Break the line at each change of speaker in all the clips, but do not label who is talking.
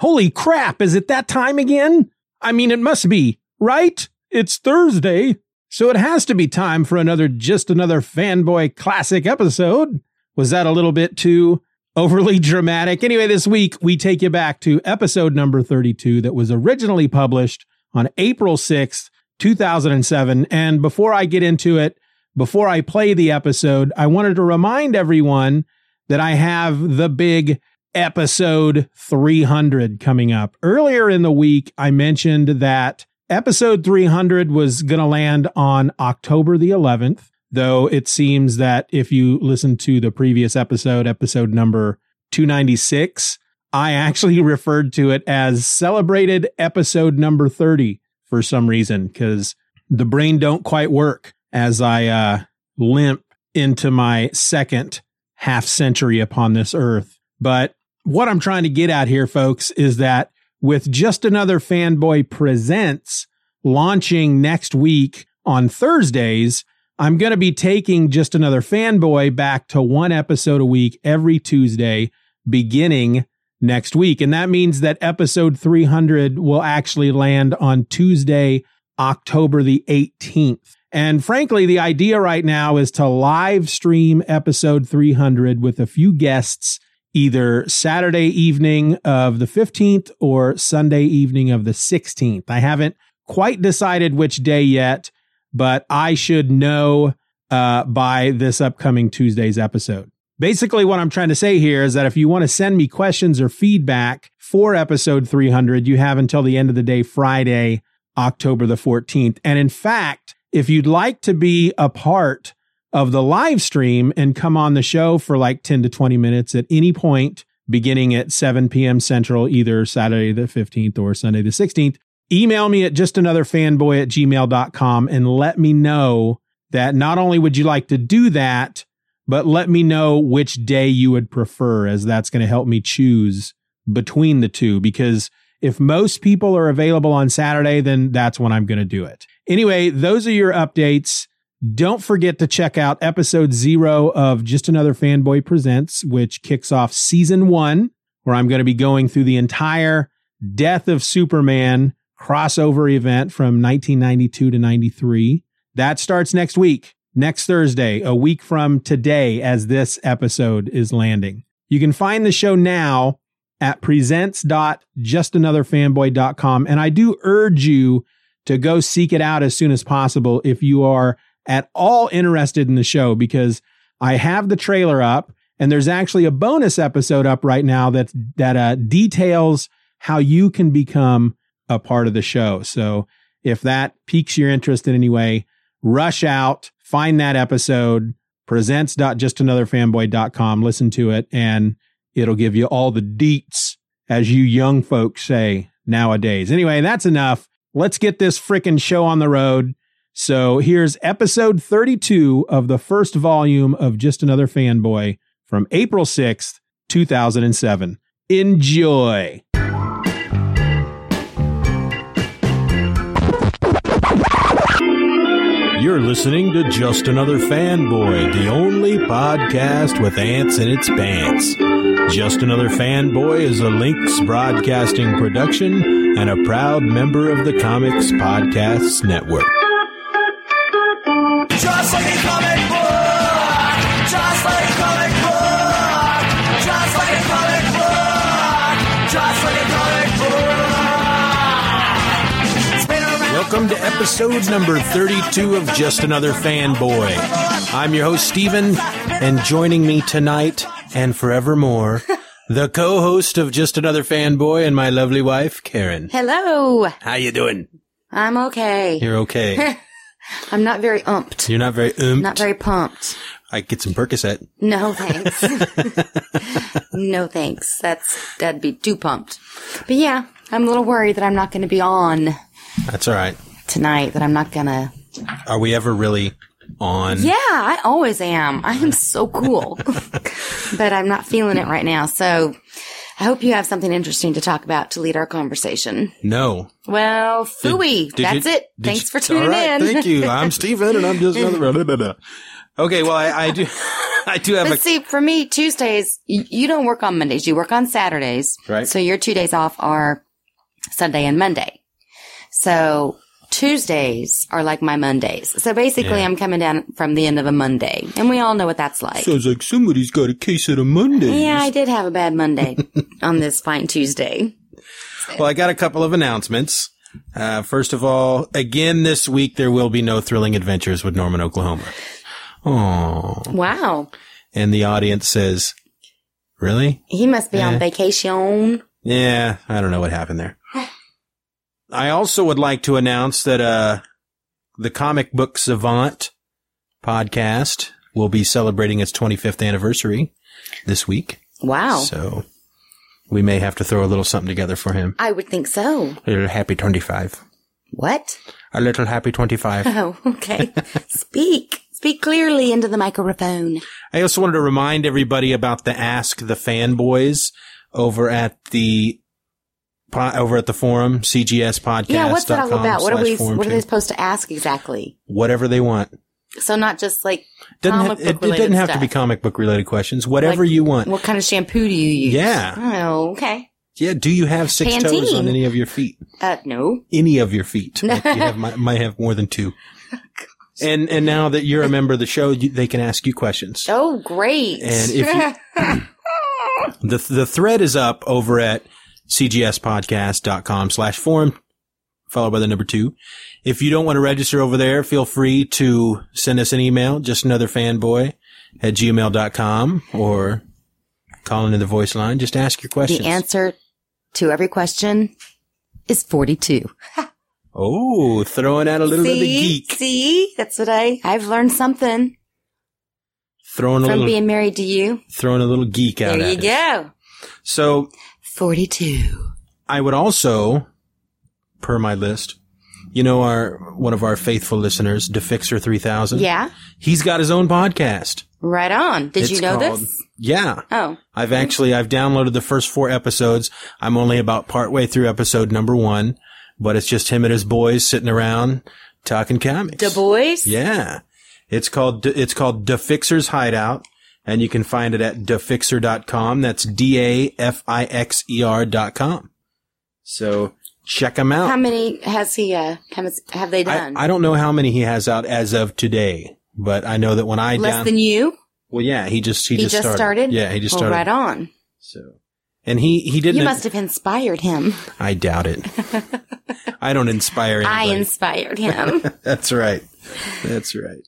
Holy crap, is it that time again? I mean, it must be, right? It's Thursday, so it has to be time for another Just Another Fanboy Classic episode. Was that a little bit too overly dramatic? Anyway, this week we take you back to episode number 32 that was originally published on April 6th, 2007. And before I get into it, before I play the episode, I wanted to remind everyone that I have the big episode 300 coming up. Earlier in the week, I mentioned that episode 300 was going to land on October the 11th, though it seems that if you listen to the previous episode, episode number 296, I actually referred to it as celebrated episode number 30 for some reason because the brain don't quite work as I uh, limp into my second half century upon this earth. But what I'm trying to get at here, folks, is that with just another fanboy presents launching next week on Thursdays, I'm going to be taking just another fanboy back to one episode a week every Tuesday beginning next week. And that means that episode 300 will actually land on Tuesday, October the 18th. And frankly, the idea right now is to live stream episode 300 with a few guests either Saturday evening of the 15th or Sunday evening of the 16th. I haven't quite decided which day yet, but I should know uh, by this upcoming Tuesday's episode. Basically, what I'm trying to say here is that if you want to send me questions or feedback for episode 300, you have until the end of the day, Friday, October the 14th. And in fact, if you'd like to be a part of the live stream and come on the show for like 10 to 20 minutes at any point beginning at 7 p.m. Central, either Saturday the 15th or Sunday the 16th. Email me at just another fanboy at gmail.com and let me know that not only would you like to do that, but let me know which day you would prefer, as that's going to help me choose between the two. Because if most people are available on Saturday, then that's when I'm going to do it. Anyway, those are your updates. Don't forget to check out episode zero of Just Another Fanboy Presents, which kicks off season one, where I'm going to be going through the entire Death of Superman crossover event from 1992 to 93. That starts next week, next Thursday, a week from today, as this episode is landing. You can find the show now at presents.justanotherfanboy.com. And I do urge you to go seek it out as soon as possible if you are at all interested in the show because I have the trailer up and there's actually a bonus episode up right now that that uh, details how you can become a part of the show. So if that piques your interest in any way, rush out, find that episode, presents.justanotherfanboy.com, listen to it, and it'll give you all the deets, as you young folks say nowadays. Anyway, that's enough. Let's get this frickin' show on the road. So here's episode 32 of the first volume of Just Another Fanboy from April 6th, 2007. Enjoy.
You're listening to Just Another Fanboy, the only podcast with ants in its pants. Just Another Fanboy is a Lynx Broadcasting production and a proud member of the Comics Podcasts Network.
Just like a comic book. Just like a comic book. Just like a comic book. Just like a comic book. Spin around.
welcome to episode number 32 of Just Another Fanboy. I'm your host, Steven, and joining me tonight and forevermore, the co-host of Just Another Fanboy and my lovely wife, Karen.
Hello.
How you doing?
I'm okay.
You're okay.
I'm not very umped.
You're not very oomped.
Not very pumped.
I get some Percocet.
No thanks. no thanks. That's that'd be too pumped. But yeah, I'm a little worried that I'm not going to be on
That's all right.
tonight. That I'm not gonna.
Are we ever really on?
Yeah, I always am. I am so cool, but I'm not feeling it right now. So I hope you have something interesting to talk about to lead our conversation.
No.
Well, fooey.
Did
That's
you-
it.
did
Thanks
you-
for tuning
All right,
in.
Thank you. I'm Steven and I'm just another. okay, well, I, I do, I do have
But
a.
see, for me, Tuesdays, you, you don't work on Mondays. You work on Saturdays.
Right.
So your two days off are Sunday and Monday. So Tuesdays are like my Mondays. So basically,
Yeah.
I'm coming down from the end of a Monday. And we all know what that's like.
Sounds like somebody's got a case of the Monday.
yeah, I did have a bad Monday on this fine Tuesday.
Well, I got a couple of announcements. Uh, first of all, again this week there will be no thrilling adventures with Norman, Oklahoma. Oh,
Wow.
and the audience says, "Really?
He must be
Eh.
on vacation.
Yeah, I don't know what happened there." I also would like to announce that uh, the Comic Book Savant podcast will be celebrating its 25th anniversary this week.
Wow.
So we may have to throw a little something together for him.
I would think so.
A little happy 25.
What?
A little happy 25.
Oh, okay. Speak. Speak clearly into the microphone.
I also wanted to remind everybody about the Ask the Fanboys over at the po- over at the forum cgs podcast
Yeah, what's that all about? What are we? What are they supposed to ask exactly?
whatever they want
So not just like
doesn't
comic
have, it,
book
it
related
doesn't have to
stuff.
be comic book related questions whatever
Like,
you want
What kind of shampoo do you use?
Yeah.
Oh, okay.
yeah do you have six toes
Pantene.
on any of your feet
Uh, no.
any of your feet like you have might, might have more than two and and now that you're a member of the show you, they can ask you questions
Oh, great.
And if the the thread is up over at cgspodcast.com slash forum followed by the number two if you don't want to register over there feel free to send us an email just another fanboy at gmail.com or call into the voice line just ask your questions
the answer to every question is forty-two.
oh throwing out a little bit of the
See,
geek
see, that's what I I've learned something
throwing a
from
little
being married to you.
throwing a little geek out
There you
at us.
go.
so
Forty-two.
I would also, per my list, you know, our one of our faithful listeners, Defixer three thousand.
Yeah.
he's got his own podcast.
Right on. Did you
It's
know
called-
this?
Yeah,
Oh,
I've actually I've downloaded the first four episodes. I'm only about partway through episode number one, but it's just him and his boys sitting around talking comics.
the boys.
Yeah, it's called it's called Defixer's Hideout. And you can find it at defixer.com. That's D A F I X E R dot com. So check them out.
How many has he? Uh, how much have they done?
I, I don't know how many he has out as of today, but I know that when I
Less
down,
than you.
well, yeah, he just he,
He, just started.
Yeah, he just
Well,
started.
Right on.
So, and he he didn't.
You must have inspired him.
I doubt it. I don't inspire
I
anybody.
inspired him.
That's right. That's right.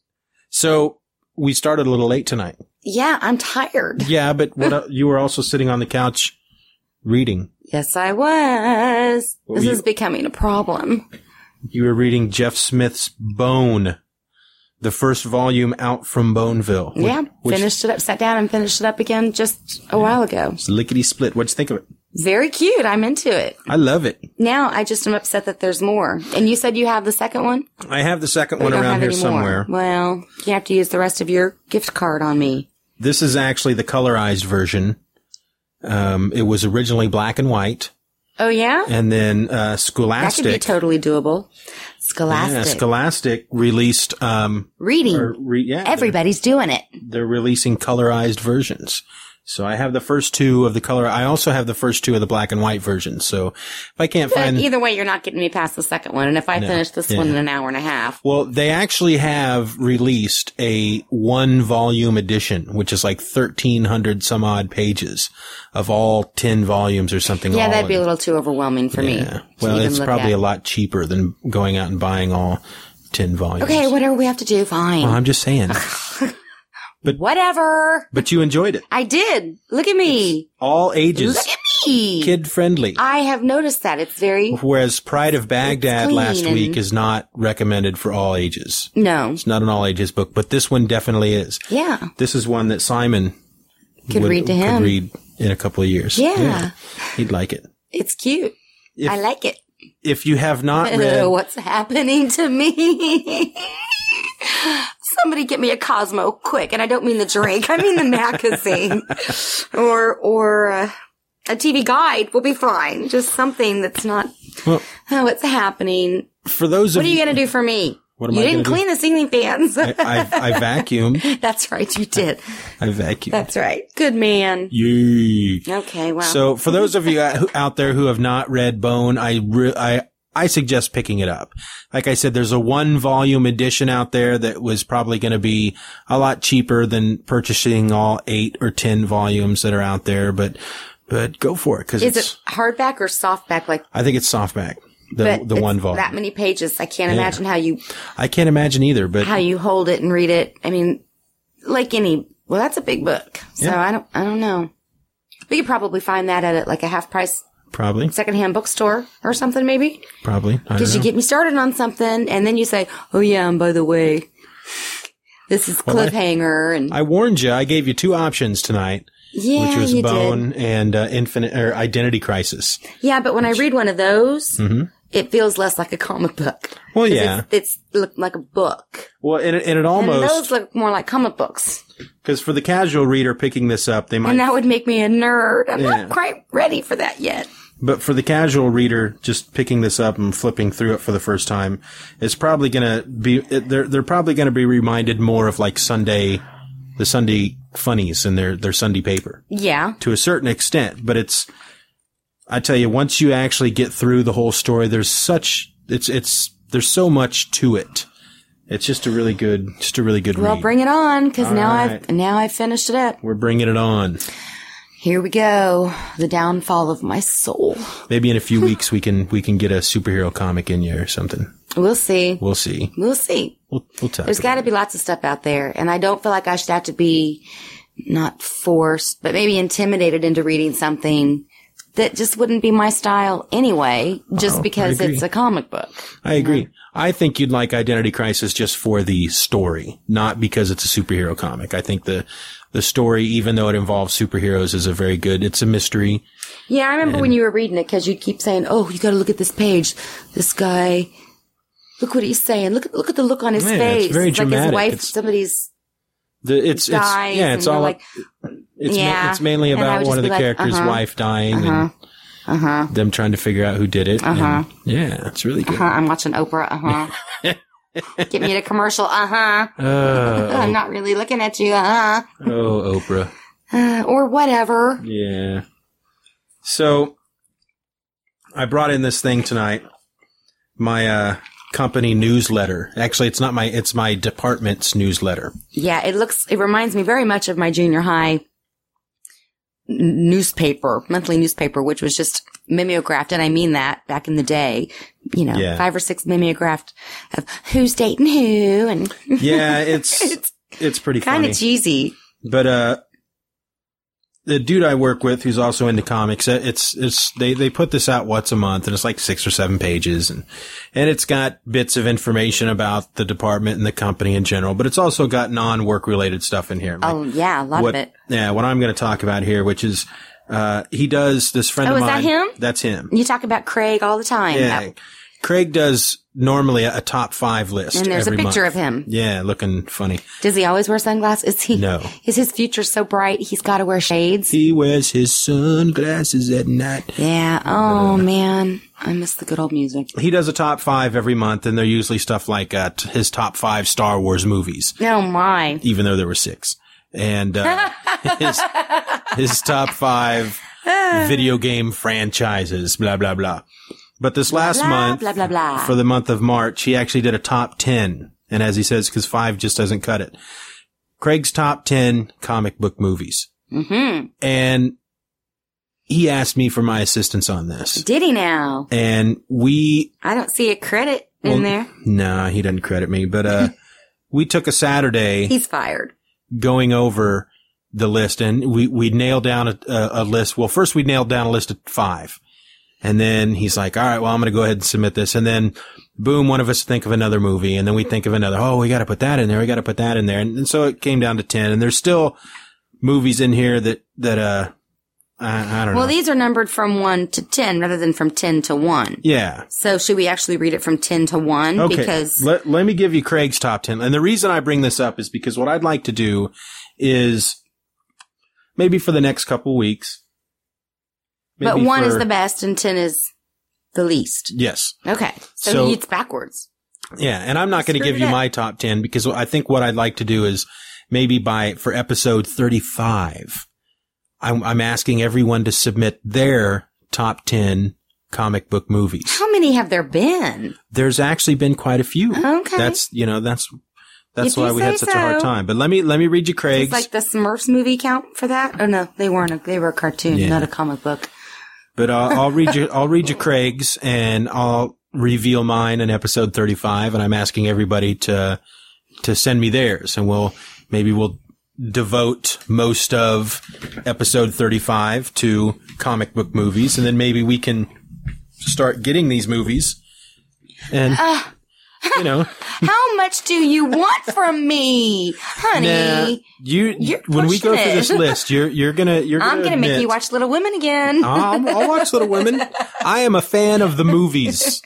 So we started a little late tonight.
yeah, I'm tired.
Yeah, but what el- you were also sitting on the couch reading.
Yes, I was.
What
this
were you-
is becoming a problem.
You were reading Jeff Smith's Bone, the first volume out from Boneville. which-
yeah,
which
finished it up, sat down and finished it up again just a while ago.
is lickety split. What'd you think of it?
Very cute. I'm into it.
I love it.
Now I just am upset that there's more. And you said you have the second one?
I have the second
But
one
we don't
around
have
here
any more.
somewhere.
Well, you have to use the rest of your gift card on me.
This is actually the colorized version. Um, it was originally black and white,
Oh, yeah?
and then uh,
That could be
Scholastic,
totally doable. Scholastic.
yeah, Scholastic released. Um,
Reading.
or re- yeah, they're-
Everybody's doing it.
they're, releasing colorized versions. So I have the first two of the color. I also have the first two of the black and white versions. So if I can't
But
find,
Uh, either way, you're not getting me past the second one. And if I finish this one in an hour and a half,
well, they actually have released a one volume edition, which is like thirteen hundred some odd pages of all ten volumes or something.
yeah,
all
that'd be
in-
a little too overwhelming for me.
Yeah.
to
Well,
even
it's
look
probably
at.
a lot cheaper than going out and buying all ten volumes.
Okay, whatever we have to do, fine.
Well, I'm just saying.
whatever.
but you enjoyed it.
I did. Look at me.
All ages,
Me.
kid friendly.
I have noticed that. It's very
Whereas Pride of Baghdad
clean
last
and-
week is not recommended for all ages.
no.
It's not an all ages book, but this one definitely is.
Yeah.
This is one that Simon
Could read to him.
Could read in a couple of years.
Yeah.
he'd like it.
It's cute.
If,
I like it.
if you have not read,
What's happening to me? Somebody get me a Cosmo quick, and I don't mean the drink. I mean the magazine, or or uh, a TV guide will be fine. Just something that's not.
Well-
oh, what's happening?
for those
What
of
are you gonna do for me?
What am
you
I
didn't
gonna do?
clean the ceiling fans.
I, I, I vacuum.
that's right, you did.
I vacuum.
That's right. Good man.
Yay.
Okay, well,
So for those of you out out there who have not read Bone, I re- I I suggest picking it up. Like I said, there's a one volume edition out there that was probably going to be a lot cheaper than purchasing all eight or ten volumes that are out there. But but go for it because
is
it's
it hardback or softback? Like
I think it's softback the
but
the
it's
one volume.
That many pages. I can't imagine how you
I can't imagine either. But
how you hold it and read it. I mean, like any, well, that's a big book. So I don't, I don't know. We could probably find that at like a half price
probably
secondhand bookstore or something, maybe.
probably I don't
Because you
know.
get me started on something and then you say, oh yeah, and by the way, this is
Well, I-
cliffhanger and
I warned you. I gave you two options tonight,
yeah,
which was
you did.
Bone and uh, Infinite or Identity Crisis.
Yeah, but when I read one of those, it feels less like a comic book.
Well,
'Cause
Mm-hmm. yeah.
it's, it's look like a book,
Well, and it, and it
and
almost
those look more like comic books.
Because for the casual reader picking this up, they might.
And that would make me a nerd. I'm
Yeah.
not quite ready for that yet.
but for the casual reader, just picking this up and flipping through it for the first time, it's probably going to be. it- They're they're probably going to be reminded more of like Sunday, the Sunday funnies in their their Sunday paper
Yeah.
to a certain extent. But it's, I tell you, once you actually get through the whole story, there's such it's it's there's so much to it. It's just a really good, just a really good
Well,
read.
bring it on because now
right.
I've now I've finished it up.
We're bringing it on.
Here we go. The downfall of my soul.
Maybe in a few weeks we can we can get a superhero comic in you or something.
We'll see.
We'll see.
We'll see.
We'll, we'll talk.
There's got to be lots of stuff out there, and I don't feel like I should have to be not forced, but maybe intimidated into reading something that just wouldn't be my style anyway, just
Uh-oh, Oh, I
because
agree.
it's a comic book.
I agree. I think you'd like Identity Crisis just for the story, not because it's a superhero comic. I think the the story, even though it involves superheroes, is a very good. It's a mystery.
Yeah, I remember when you were reading it because you'd keep saying, "Oh, you got to look at this page. This guy, look what he's saying. Look at look at the look on his
Yeah, it's
face.
very
like
dramatic.
his wife,
It's-
somebody's
The, it's it's
dies.
yeah.
and
It's
you're
all
like,
it's ma-
yeah.
it's mainly
And I
about
would
one
just
of the
be like,
characters'
uh-huh. Uh-huh.
wife dying and them trying to figure out who did it. and- yeah, it's really good.
huh, I'm watching Oprah. Uh huh. Get me to commercial. Uh huh.
Uh,
I'm not really looking at you. Uh
oh, Oprah.
huh. Or whatever.
Yeah. So I brought in this thing tonight. My uh company newsletter. Actually, it's not my it's my department's newsletter.
Yeah, it looks. It reminds me very much of my junior high n- newspaper, monthly newspaper, which was just mimeographed, and I mean that back in the day. You know,
Yeah.
five or six mimeographed of who's dating who, and
Yeah, it's it's,
It's
pretty
kind
funny.
of cheesy.
but uh the dude I work with, who's also into comics, uh, it's it's they they put this out once a month, and it's like six or seven pages, and and it's got bits of information about the department and the company in general, but it's also got non work related stuff in here. Like,
Oh yeah, a lot
what,
of it.
Yeah, what I'm going to talk about here, which is uh, he does this friend
Oh,
of
is that
mine.
him?
That's him.
You talk about Craig all the time.
Yeah.
Uh,
Craig does normally a, a top five list.
And there's a
every
picture
month.
of him.
Yeah, looking funny.
Does he always wear sunglasses? Is he
No.
Is his future so bright he's got to wear shades?
He wears his sunglasses at night.
Yeah.
Uh,
Oh man, I miss the good old music.
He does a top five every month, and they're usually stuff like uh, t- his top five Star Wars movies,
Oh my.
even though there were six. and uh, his his top five video game franchises. Blah blah blah. But this last
blah,
month,
blah, blah, blah.
for the month of March, he actually did a top ten, and as he says, because five just doesn't cut it. Craig's top ten comic book movies,
Mm-hmm.
and he asked me for my assistance on this,
Did he now?
and we
I don't see a credit in
Well,
there.
Nah, he doesn't credit me, but uh, we took a Saturday
He's fired.
going over the list, and we we nailed down a, a, a list. Well, first we nailed down a list of five, and then he's like, "All right, well, I'm going to go ahead and submit this," and then. Boom, one of us think of another movie and then we think of another. Oh, we got to put that in there. We got to put that in there. And, and so it came down to 10 and there's still movies in here that, that, uh, I, I don't
Well,
know.
these are numbered from one to ten rather than from ten to one.
yeah.
So should we actually read it from ten to one?
Okay.
Because
let, let me give you Craig's top 10. And the reason I bring this up is because what I'd like to do is maybe for the next couple weeks.
but
maybe
one is
for-
the best and ten is the least.
Yes.
Okay. So,
So-
it's backwards.
Yeah. And I'm not going to
Screwed
give
it
you
up.
my top 10 because I think what I'd like to do is maybe by for episode 35, I'm, I'm asking everyone to submit their top 10 comic book movies.
How many have there been?
there's actually been quite a few.
Okay.
That's, you know, that's, that's
If
why
you
we had
say
such a hard
so.
time. But let me, let me read you
It's
Craig's.
like the Smurfs movie count for that? Oh no, they weren't. A, they were a cartoon,
Yeah.
not a comic book.
But uh, I'll read you. I'll read you Craig's, and I'll reveal mine in episode thirty-five. And I'm asking everybody to to send me theirs, and we'll maybe we'll devote most of episode thirty-five to comic book movies, and then maybe we can start getting these movies. And
Uh.
you know,
How much do you want from me,
nah,
honey?
you
you're
when we go
pushing
through
it.
this list, you're you're gonna you're gonna
I'm gonna make
admit-
you watch Little Women again.
I'll, I'll watch Little Women. I am a fan of the movies.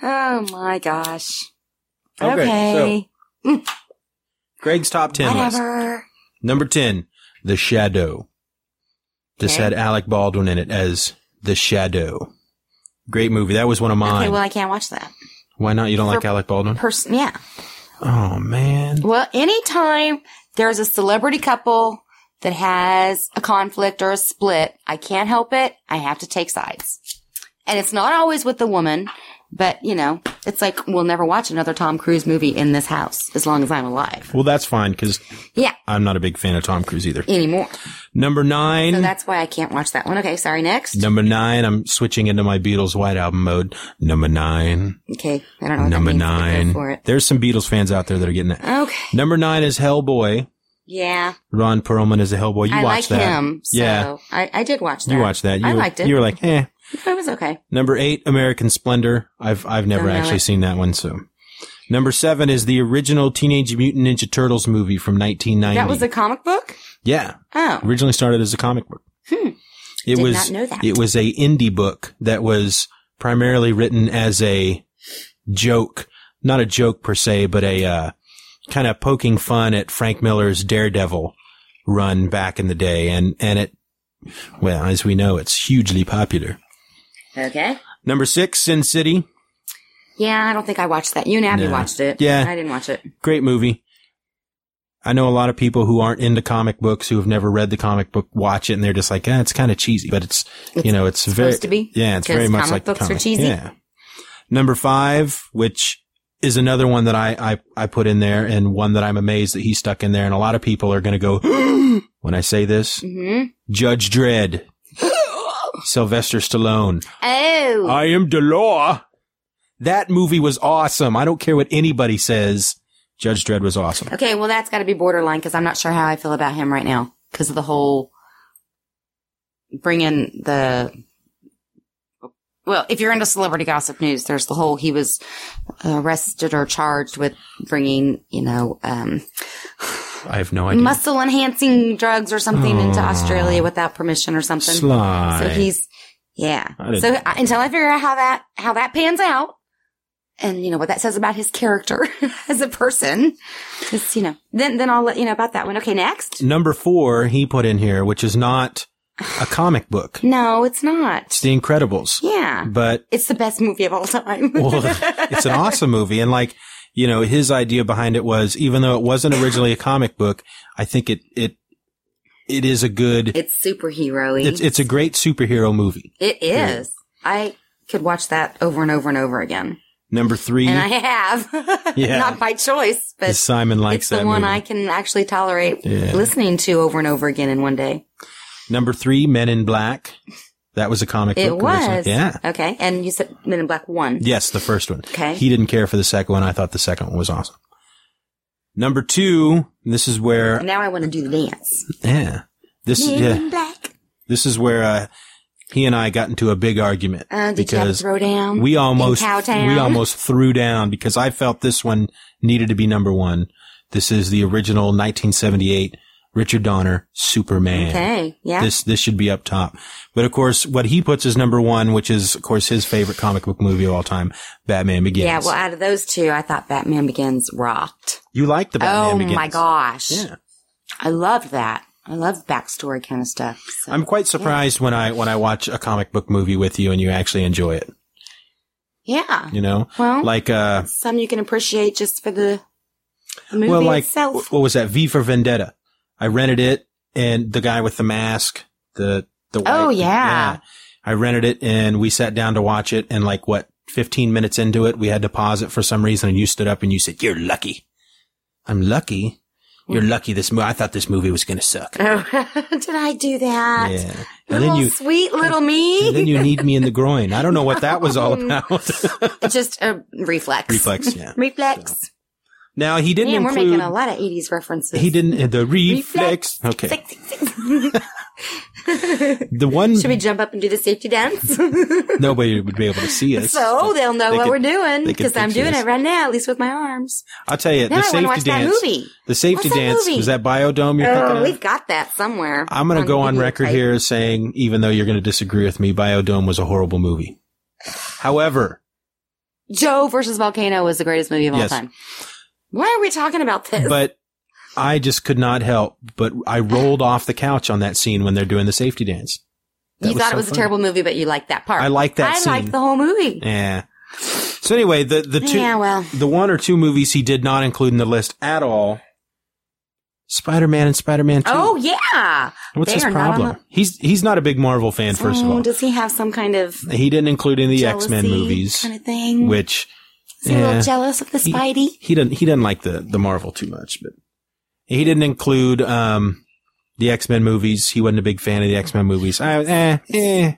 oh my gosh.
Okay,
Okay.
Greg's top 10 list.
Whatever.
Number 10, The Shadow. This
Okay.
had Alec Baldwin in it as The Shadow. Great movie. That was one of mine.
Okay, well I can't watch that.
Why not? You don't like Alec Baldwin?
Person yeah.
Oh, man.
Well, anytime there's a celebrity couple that has a conflict or a split, I can't help it. I have to take sides. And it's not always with the woman, but you know, it's like we'll never watch another Tom Cruise movie in this house as long as I'm alive.
Well, that's fine because
Yeah,
I'm not a big fan of Tom Cruise either.
anymore.
Number
So
nine.
that's why I can't watch that one. Okay, sorry, next.
number nine. I'm switching into my Beatles White Album mode. Number nine.
Okay, I don't know what
number
that means, but go
nine.
for it.
There's some Beatles fans out there that are getting it.
Okay.
Number nine is Hellboy.
Yeah.
Ron Perlman is a Hellboy. You
I like
watched that.
him. So
Yeah.
I, I did watch that.
You watched that. You
I
were-
liked it.
You were like, eh.
it was okay.
Number eight, American Splendor. I've I've never
Don't know
actually
it.
seen that one. So, number seven is the original Teenage Mutant Ninja Turtles movie from 1990.
That was a comic book?
yeah,
Oh.
originally started as a comic book. It
Hmm. Did
was
not know that.
it was a indie book that was primarily written as a joke, not a joke per se, but a uh, kind of poking fun at Frank Miller's Daredevil run back in the day, and and it well as we know, it's hugely popular.
Okay.
Number six, Sin City.
Yeah, I don't think I watched that. You and Abby
No.
watched it.
Yeah.
I didn't watch it.
great movie. I know a lot of people who aren't into comic books who have never read the comic book watch it and they're just like, eh, it's kind of cheesy, but it's, you know, it's very
supposed to be,
yeah, it's
'cause
very much
comic
like the
books are
comic.
cheesy.
Yeah. Number five, which is another one that I, I I put in there and one that I'm amazed that he stuck in there, and a lot of people are going to go when I say this.
Mm-hmm.
Judge Dredd, Sylvester Stallone.
Oh.
I am Delore. That movie was awesome. I don't care what anybody says. Judge Dredd was awesome.
okay, well, that's got to be borderline because I'm not sure how I feel about him right now because of the whole bringing the. Well, if you're into celebrity gossip news, there's the whole he was arrested or charged with bringing, you know, um,
I have no idea.
muscle enhancing drugs or something into Australia without permission or something.
Sly.
So he's yeah.
I didn't-
So I, until I figure out how that how that pans out, and you know what that says about his character as a person, just you know, then then I'll let you know about that one. Okay, next.
Number four, he put in here, which is not a comic book.
No, it's not.
It's The Incredibles.
Yeah,
But
it's the best movie of all time.
well, it's an awesome movie. And like, you know, his idea behind it was, even though it wasn't originally a comic book, I think it, it, it is a good,
It's superhero
it's, it's a great superhero movie.
It is. I could watch that over and over and over again.
Number three
And I have.
Yeah.
Not by choice, but
is Simon likes
it's the
that
one
movie.
I can actually tolerate listening to over and over again in one day.
Number three, Men in Black. That was a comic
It
book. originally.
was.
Yeah.
Okay. And you said Men in Black 1.
Yes, the first one.
Okay.
He didn't care for the second one. I thought the second one was awesome. Number two, this is where,
Now I want to do the dance.
yeah, this is,
Men
yeah,
in Black.
this is where, uh, he and I got into a big argument
Uh, did you have a
because
throwdown?
we almost,
in Cowtown?
we almost threw down because I felt this one needed to be number one. This is the original 1978 Richard Donner Superman.
Okay. Yeah.
This this should be up top. But of course, what he puts as number one, which is of course his favorite comic book movie of all time, Batman Begins.
yeah. Well, out of those two, I thought Batman Begins rocked.
you like the Batman
oh
Begins?
my gosh.
Yeah,
I loved that. I love backstory kind of stuff. So.
I'm quite surprised when I when I watch a comic book movie with you and you actually enjoy it.
yeah.
You know,
Well-
like uh,
some you can appreciate just for the the movie
well, like
itself.
what was that? V for Vendetta. I rented it, and the guy with the mask, the the white,
Oh, yeah.
I rented it, and we sat down to watch it, and like what. 15 minutes into it, we had to pause it for some reason and you stood up and you said, you're lucky. I'm lucky. You're
Mm.
lucky this movie. I thought this movie was going to suck.
oh, did I do that?
Yeah. And
Little
then you,
sweet little
and then
me.
you need me in the groin. I don't know what that was all about.
It's just a reflex.
Reflex. Yeah.
Reflex.
Now he didn't
Man, we're
include,
making a lot of 80s references.
he didn't, uh, the reflex.
Reflex.
Okay.
Six, six, six.
The one,
Should we jump up and do the safety dance?
nobody would be able to see us.
so they'll know
They
what
could-
we're doing
they could
because I'm
picture
doing
us.
it right now, at least with my arms.
I'll tell you,
Now
the
I want
safety
to watch
dance.
that movie.
The safety
What's that
dance
movie?
was that biodome you're
Oh,
thinking
we've
of?
got that somewhere.
I'm going
on
to go on record
videotape.
here saying, even though you're going to disagree with me, Biodome was a horrible movie. However,
Joe versus Volcano was the greatest movie of
Yes.
all time. Why are we talking about this?
but I just could not help. But I rolled off the couch on that scene when they're doing the safety dance. that
you
was
thought
so
it was
funny.
a terrible movie, but you liked that part.
I liked that
I
scene.
liked the whole movie.
Yeah. So anyway, the the two,
Yeah, well.
the one or two movies he did not include in the list at all. Spider Man and Spider Man Two.
Oh yeah.
What's
they
his
are not on
problem? he's he's not a big Marvel fan.
the-
First of
Oh,
all,
does he have some kind of
he didn't include any of the X Men
jealousy
movies,
kind of thing?
which
Is he a
yeah.
little jealous of the
He-
Spidey?
he didn't he didn't like the the Marvel too much, but he didn't include um the X Men movies. He wasn't a big fan of the X Men movies. I eh eh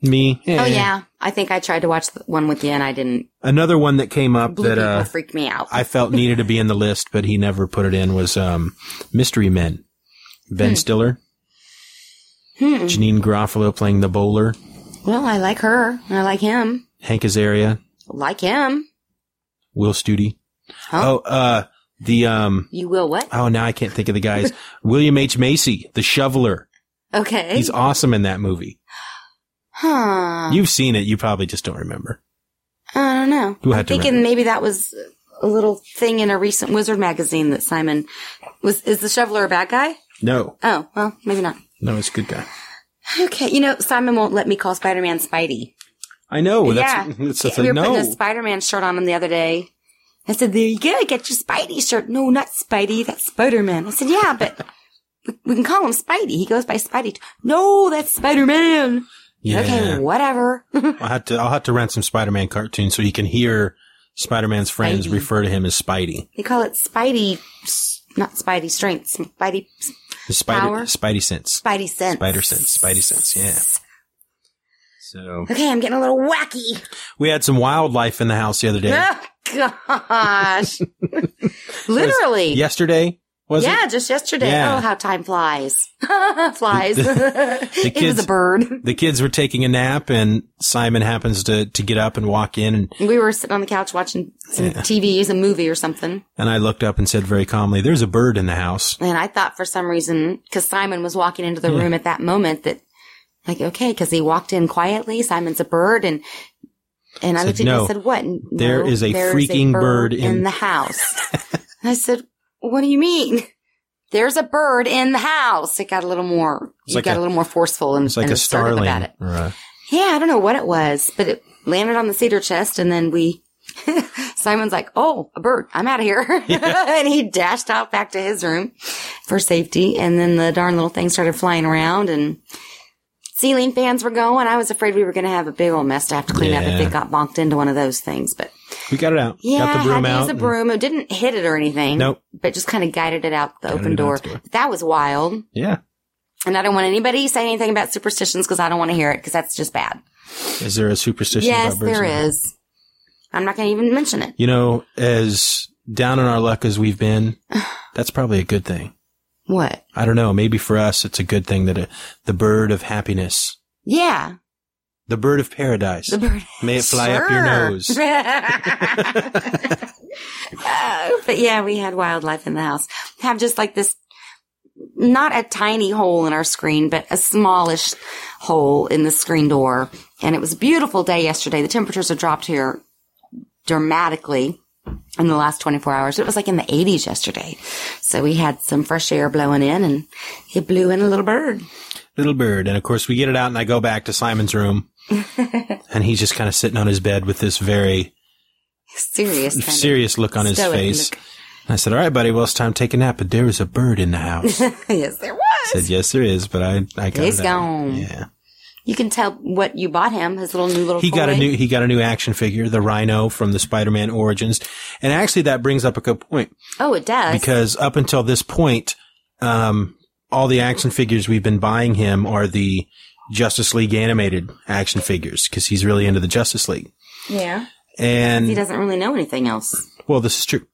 me. eh.
Oh yeah. I think I tried to watch the one with you, and I didn't.
Another one that came up
Blue
that
people
uh
freaked me out.
I felt needed to be in the list, but he never put it in was um Mystery Men. Ben Stiller,
Hmm.
Janine Garofalo playing the bowler,
Well, I like her. I like him.
Hank Azaria,
Like him.
Will Studi.
Huh?
Oh, uh the um
You will what?
oh now I can't think of the guys. William H Macy, the shoveler.
Okay.
He's awesome in that movie.
huh.
You've seen it. You probably just don't remember.
I don't know.
You'll have
I'm
to
thinking
remember.
maybe that was a little thing in a recent Wizard magazine that Simon was. Is the shoveler a bad guy?
No,
Oh, well, maybe not.
no, it's a good guy.
Okay, you know Simon won't let me call Spider Man Spidey.
I know.
yeah,
That's, that's the
we
thing.
were
No,
putting a Spider Man shirt on him the other day. I said, "There you go, get your Spidey shirt." No, not Spidey, that's Spider Man. I said, "Yeah, but we, we can call him Spidey. He goes by Spidey." t- No, that's Spider Man.
yeah.
Okay, whatever.
I'll have to. I'll have to rent some Spider-Man cartoons so you can hear Spider-Man's friends
Spidey.
refer to him as Spidey.
they call it Spidey, s- not Spidey strength, Spidey
His Spider
Power?
Spidey sense.
Spidey sense.
Spider sense. Spidey sense. Yeah. So
Okay, I'm getting a little wacky.
we had some wildlife in the house the other day.
Oh gosh, literally.
Yesterday was
yeah,
it?
just yesterday.
Yeah.
Oh, how time flies. flies. it
kids-
was a bird.
The kids were taking a nap, and Simon happens to to get up and walk in, and
We were sitting on the couch watching some TV, some movie or something.
and I looked up and said very calmly, "There's a bird in the house."
And I thought for some reason, because Simon was walking into the room at that moment that, like, okay, because he walked in quietly. Simon's a bird. And, and I
Said,
looked at him
"No,
and said, what? No,
there is a
there's
freaking bird
in,
in-
the house. and I said, what do you mean? There's a bird in the house. It got a little more,
It's
you
like
got
a-
a little more forceful and,
It's like
and
a
assertive
starling.
about it.
or a-
Yeah, I don't know what it was, but it landed on the cedar chest and then we, Simon's like, Oh, a bird. I'm out of here. and he dashed out back to his room for safety. And then the darn little thing started flying around and ceiling fans were going. I was afraid we were going to have a big old mess to have to clean up if
Yeah.
it got bonked into one of those things. But
We got it out.
yeah,
got the broom
had to
out.
use a
and-
broom. It didn't hit it or anything.
Nope.
But just kind of guided it out the
Guided
open
it out
door.
the door.
That was wild.
yeah.
And I don't want anybody to say anything about superstitions because I don't want to hear it because that's just bad.
Is there a superstition?
Yes,
about birds
there
now?
is. I'm not going to even mention it.
You know, as down in our luck as we've been, that's probably a good thing.
What?
I don't know. Maybe for us, it's a good thing that it, the bird of happiness,
Yeah,
the bird of paradise,
the bird.
may it fly up your
Sure.
nose.
Uh, but yeah, we had wildlife in the house. Have just like this, not a tiny hole in our screen, but a smallish hole in the screen door. And it was a beautiful day yesterday. The temperatures have dropped here dramatically in the last 24 hours. It was like in the 80s yesterday. So we had some fresh air blowing in and it blew in a little bird.
Little bird. And of course, we get it out, and I go back to Simon's room, and he's just kind of sitting on his bed with this very
Serious. kind of
serious look on his
stoic
face.
look.
And I said, All right, buddy, well, it's time to take a nap, but there is a bird in the house. I
yes, there was.
said, Yes, there is, but I, I got
He's
it out."
gone.
Yeah.
You can tell what you bought him, his little new little
He got a
toy.
new he got a new action figure, the Rhino from the Spider-Man Origins, and actually that brings up a good point
Oh, it does.
because up until this point, um, all the action figures we've been buying him are the Justice League animated action figures because he's really into the Justice League,
yeah. He
and
doesn't really know anything else.
well, this is true.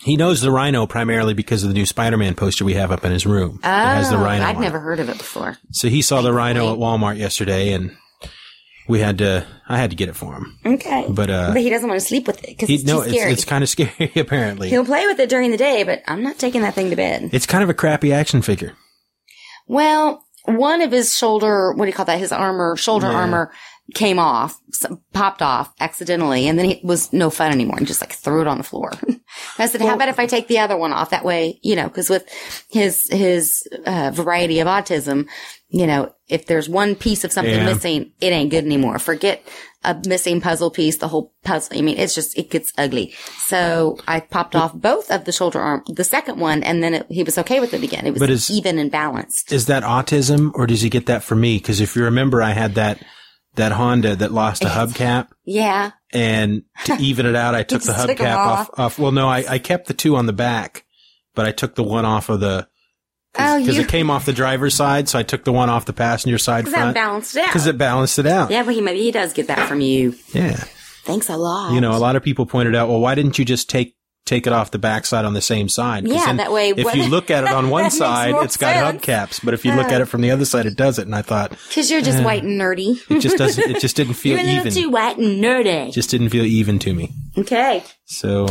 He knows the Rhino primarily because of the new Spider-Man poster we have up in his room.
Oh,
that has the Rhino.
I'd
on it.
never heard of it before.
So he saw the Rhino at Walmart yesterday, and we had to. I had to get it for him,
Okay.
but uh.
But he doesn't want to sleep with it because
He,
it's
no,
too
it's,
scary.
it's kind of scary, apparently.
He'll play with it during the day, but I'm not taking that thing to bed.
It's kind of a crappy action figure.
Well, one of his shoulder, what do you call that? His armor, shoulder armor came off, s- popped off accidentally, and then it was no fun anymore and just like threw it on the floor. I said, how about if I take the other one off? That way, you know, cause with his, his, uh, variety of autism, you know, if there's one piece of something
Yeah.
missing, it ain't good anymore. Forget a missing puzzle piece, the whole puzzle. I mean, it's just, it gets ugly. So I popped off both of the shoulder arm, the second one, and then it, he was okay with it again. It was
But is-
even and balanced.
Is that autism, or does he get that from me? Because if you remember, I had that that Honda that lost a hubcap,
Yeah.
and to even it out, I took the
just took 'em
hubcap off. off. Well, no, I, I kept the two on the back, but I took the one off of the
Oh,
because
you-
it came off the driver's side, so I took the one off the passenger side
Because that
front
balanced it out.
because it balanced it out.
yeah, well, he maybe he does get that from you.
yeah,
Thanks a lot.
you know, a lot of people pointed out, well, why didn't you just take take it off the backside on the same side? 'Cause
Yeah,
then
that way-
If you look at it on
That
one
makes
side,
more
it's got
sense.
hubcaps, but if you look at it from the other side, it doesn't. And I thought
because you're just white and nerdy.
it just doesn't. It just didn't feel
You're a little
even.
too white and nerdy.
just didn't feel even to me.
okay.
So,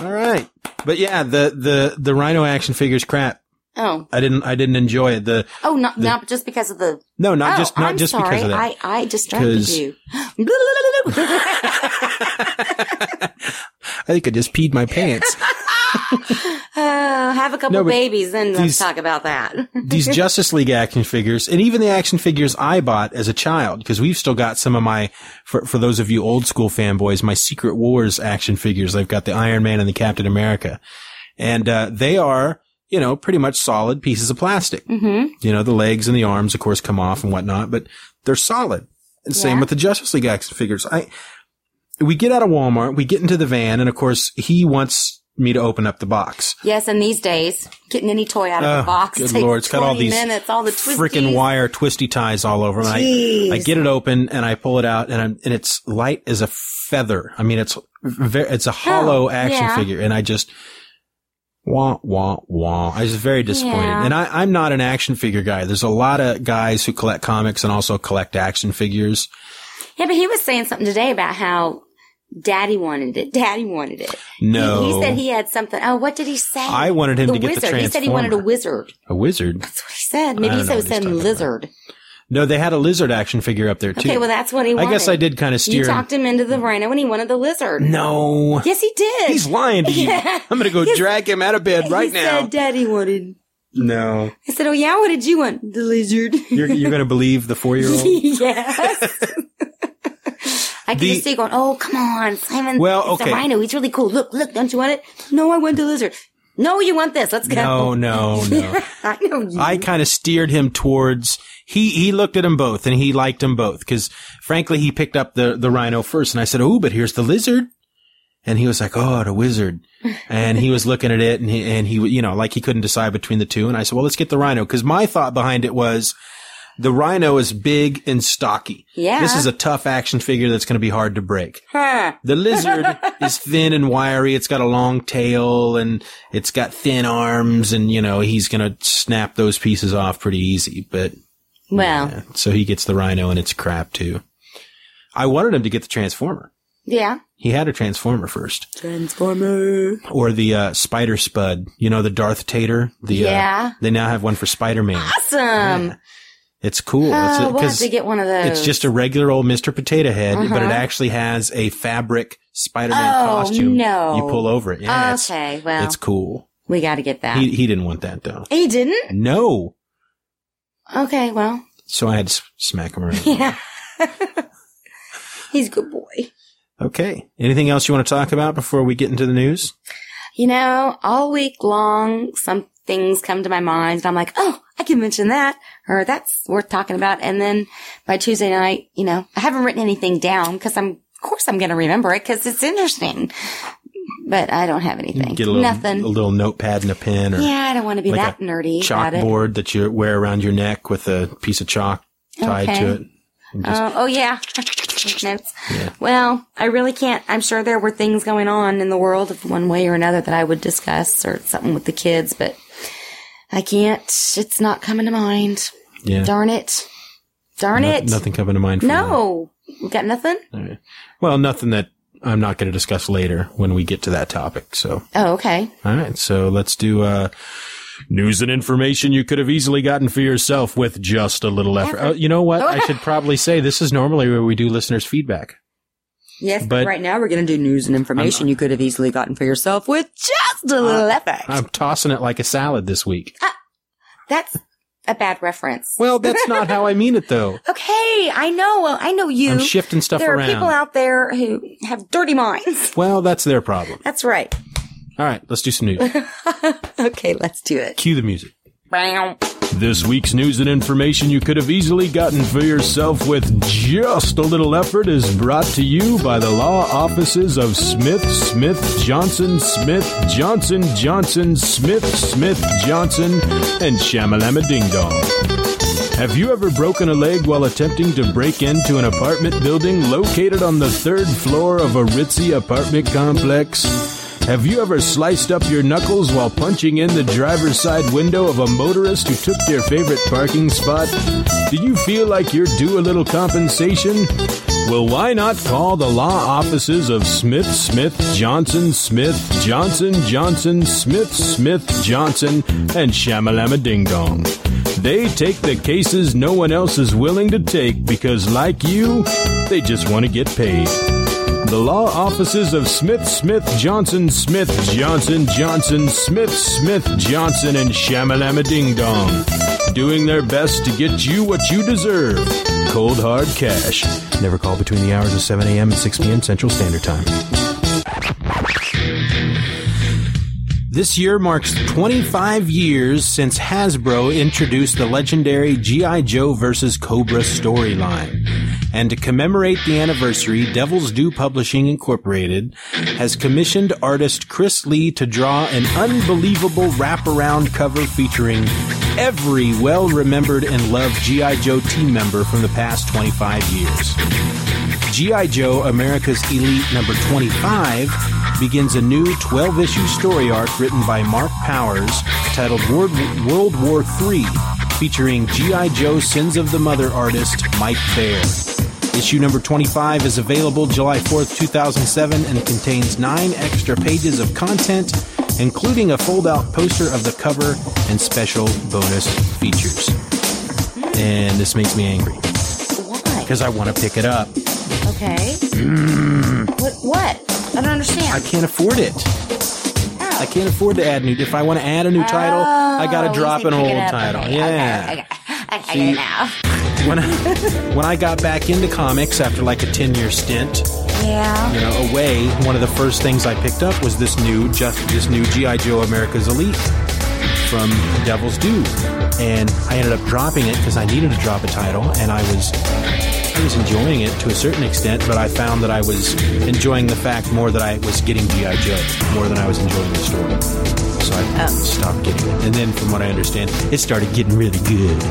all right, but yeah, the the the Rhino action figures crap.
Oh,
I didn't I didn't enjoy it. The
oh, not not just because of the.
no, not
oh,
just not
I'm
just
sorry.
because of that.
I I distracted
'Cause-
you.
I think I just peed my pants.
Uh, have a couple
No, but
babies, then
these-
let's talk about that.
these Justice League action figures, and even the action figures I bought as a child, because we've still got some of my, for, for those of you old school fanboys, my Secret Wars action figures. I've got the Iron Man and the Captain America. And, uh, they are, you know, pretty much solid pieces of plastic.
mm-hmm.
You know, the legs and the arms, of course, come off and whatnot, but they're solid. And same
Yeah.
with the Justice League action figures. I, we get out of Walmart, we get into the van, and of course, he wants me to open up the box.
Yes, and these days, getting any toy out of
Oh,
the box
good
takes
lord, it's got all
20
these
minutes, all the
freaking
twisties.
wire twisty ties all over. And I, I get it open and I pull it out and I'm, and it's light as a feather. I mean, it's very, it's a hollow action
Oh, yeah.
figure and I just wah, wah, wah. I was very disappointed.
Yeah.
And I, I'm not an action figure guy. There's a lot of guys who collect comics and also collect action figures.
Yeah, but he was saying something today about how daddy wanted it. Daddy wanted it.
No.
He, he said he had something. Oh, what did he say?
I wanted him
the
to get the
wizard. He said he wanted a
Transformer.
wizard.
a wizard.
That's what he said.
I
Maybe
don't
he
know
said
what he's
saying
talking about.
lizard.
No, they had a lizard action figure up there too.
Okay, well that's what he
I
wanted.
guess I did kind of steer.
You
him-
talked him into the rhino and he wanted the lizard.
no.
Yes, he did.
He's lying to you.
Yeah.
I'm going to go
He's-
drag him out of bed right
he
now.
said daddy wanted.
no.
I said, oh yeah, what did you want? The lizard.
You're, you're going to believe the four year old?
yes. I can
The-
just see going, oh, come on, Simon.
Well,
it's
okay.
a rhino. He's really cool. Look, look, don't you want it? No, I want the lizard. No, you want this. Let's go.
No, no, no.
I know you.
I kind of steered him towards. He he looked at them both, and he liked them both because, frankly, he picked up the the rhino first, and I said, "Oh, but here's the lizard," and he was like, "Oh, the wizard," and he was looking at it, and he, and he you know like he couldn't decide between the two, and I said, "Well, let's get the rhino," because my thought behind it was. The rhino is big and stocky.
Yeah.
This is a tough action figure that's going to be hard to break.
Huh.
The lizard is thin and wiry. It's got a long tail and it's got thin arms and, you know, he's going to snap those pieces off pretty easy. But
Well,
yeah, so he gets the rhino and it's crap too. I wanted him to get the transformer.
yeah.
He had a transformer first
Transformer.
or the uh, spider spud, you know, the Darth Tater. The,
Yeah.
Uh, they now have one for Spider-Man.
Awesome.
It's cool. It's a-
Oh, we'll have
'cause
to get one of those. Uh-huh.
it's just a regular old Mr. Potato Head, but it actually has a fabric Spider-Man
Oh,
costume.
no.
You pull over it. Yeah, it's-
okay, well,
It's cool.
we got to get that.
He
He,
he didn't want that though.
didn't?
No.
Okay, well,
So I had to s- smack him around.
yeah. He's a good boy.
Okay. Anything else you want to talk about before we get into the news?
You know, all week long, some things come to my mind, and I'm like, oh, I can mention that, or that's worth talking about. And then by Tuesday night, you know, I haven't written anything down because I'm, of course, I'm going to remember it because it's interesting. But I don't have anything.
Get a little
Nothing.
a little notepad and a pen or
yeah, I don't want to be
like
that
a
nerdy about it.
chalkboard that you wear around your neck with a piece of chalk tied
Okay.
to it. And just-
Oh, oh yeah. Take notes. Well, I really can't. I'm sure there were things going on in the world of one way or another that I would discuss or something with the kids, but I can't. It's not coming to mind.
yeah.
Darn it. Darn
No-
it.
Nothing coming to mind for
No. We got nothing?
that. All right. Well, nothing that I'm not going to discuss later when we get to that topic. So,
Oh, okay.
all right. So let's do, uh, news and information you could have easily gotten for yourself with just a little effort. Oh, you know what? I should probably say this is normally where we do listeners feedback.
Yes,
but But- right
now we're going to do news and information you could have easily gotten for yourself with just a little effort.
I'm tossing it like a salad this week.
That's a bad reference.
Well, that's not how I mean it though.
Okay, I know. Well, I know you.
I'm shifting stuff
there are
around.
people out there who have dirty minds.
well, that's their problem.
That's right.
All right, let's do some news.
Okay, let's do it.
Cue the music.
Bow.
This week's news and information you could have easily gotten for yourself with just a little effort is brought to you by the law offices of Smith, Smith, Johnson, Smith, Johnson, Johnson, Smith, Smith, Johnson, and Shamalama Ding Dong. Have you ever broken a leg while attempting to break into an apartment building located on the third floor of a ritzy apartment complex? Have you ever sliced up your knuckles while punching in the driver's side window of a motorist who took their favorite parking spot? Do you feel like you're due a little compensation? Well, why not call the law offices of Smith, Smith, Johnson, Smith, Johnson, Johnson, Smith, Smith, Johnson, and Shamalama Ding Dong? They take the cases no one else is willing to take because, like you, they just want to get paid. The law offices of Smith, Smith, Johnson, Smith, Johnson, Johnson, Smith, Smith, Johnson, and Shamalama Ding Dong. Doing their best to get you what you deserve. Cold hard cash. Never call between the hours of 7 a.m. and 6 p.m. Central Standard Time. This year marks 25 years since Hasbro introduced the legendary G.I. Joe vs. Cobra storyline. And to commemorate the anniversary, Devil's Due Publishing Incorporated has commissioned artist Chris Lee to draw an unbelievable wraparound cover featuring every well-remembered and loved G.I. Joe team member from the past 25 years. G.I. Joe America's Elite number 25 begins a new 12 issue story arc written by Mark Powers titled World, World War III, featuring G.I. Joe Sins of the Mother artist Mike Fair. Issue number 25 is available July 4th, 2007, and contains nine extra pages of content, including a fold out poster of the cover and special bonus features. And this makes me angry
Why?
because I want to pick it up.
Okay. what? What? I
Mm.
don't
I
understand.
can't afford it. I can't afford to add new. If I want to add a new title, I gotta
Oh,
drop
you
an
say pick
old
it up.
title.
Okay,
yeah.
Okay, okay. I, I
See-
get it now.
when I, when I got back into comics after like a 10 year stint,
Yeah.
you know, away, one of the first things I picked up was this new just this new GI Joe America's Elite from Devil's Due, and I ended up dropping it because I needed to drop a title, and I was I was enjoying it to a certain extent, but I found that I was enjoying the fact more that I was getting GI Joe more than I was enjoying the story. So I
Oh.
stopped getting it, and then from what I understand, it started getting really good.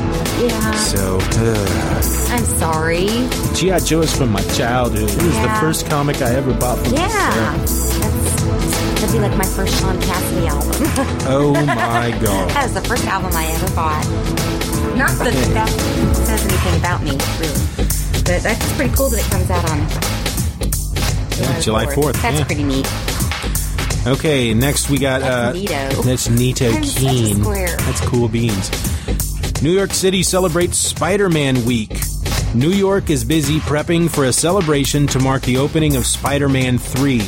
Yeah.
So. Uh,
I'm sorry.
G.I. Joe is from my childhood. It was the
Yeah.
first comic I ever bought from
Yeah.
the
That's, that'd be like my first Sean Cassidy album.
sale. Oh my god.
That was the first album I ever bought. Not that that says anything about me, really. But that's pretty cool that it comes out on
Yeah, July 4th,
That's
yeah.
pretty neat.
Okay, next we got uh
That's neato.
That's Nito
I'm such a
Keen.
square.
That's cool beans. New York City celebrates Spider-Man Week. New York is busy prepping for a celebration to mark the opening of Spider-Man 3.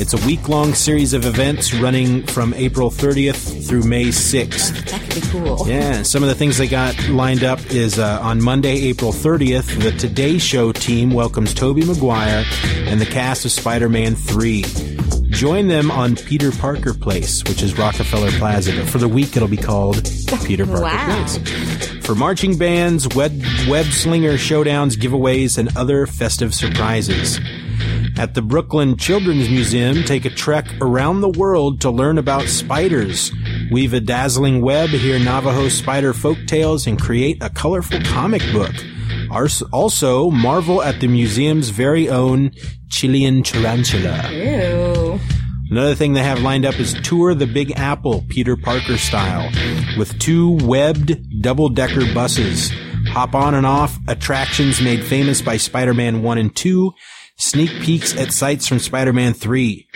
It's a week-long series of events running from April 30th through May 6th.
That could be cool.
Yeah, some of the things they got lined up is uh, on Monday, April 30th, the Today Show team welcomes Toby Maguire and the cast of Spider Man 3. Join them on Peter Parker Place, which is Rockefeller Plaza. But For the week, it'll be called Peter Parker
Wow.
Place. For marching bands, web, web slinger showdowns, giveaways, and other festive surprises. At the Brooklyn Children's Museum, take a trek around the world to learn about spiders. Weave a dazzling web, hear Navajo spider folktales, and create a colorful comic book. Ars- Also, marvel at the museum's very own Chilean tarantula.
Ew.
Another thing they have lined up is Tour the Big Apple, Peter Parker style, with two webbed double decker buses. Hop on and off attractions made famous by Spider Man 1 and 2, sneak peeks at sites from Spider Man 3.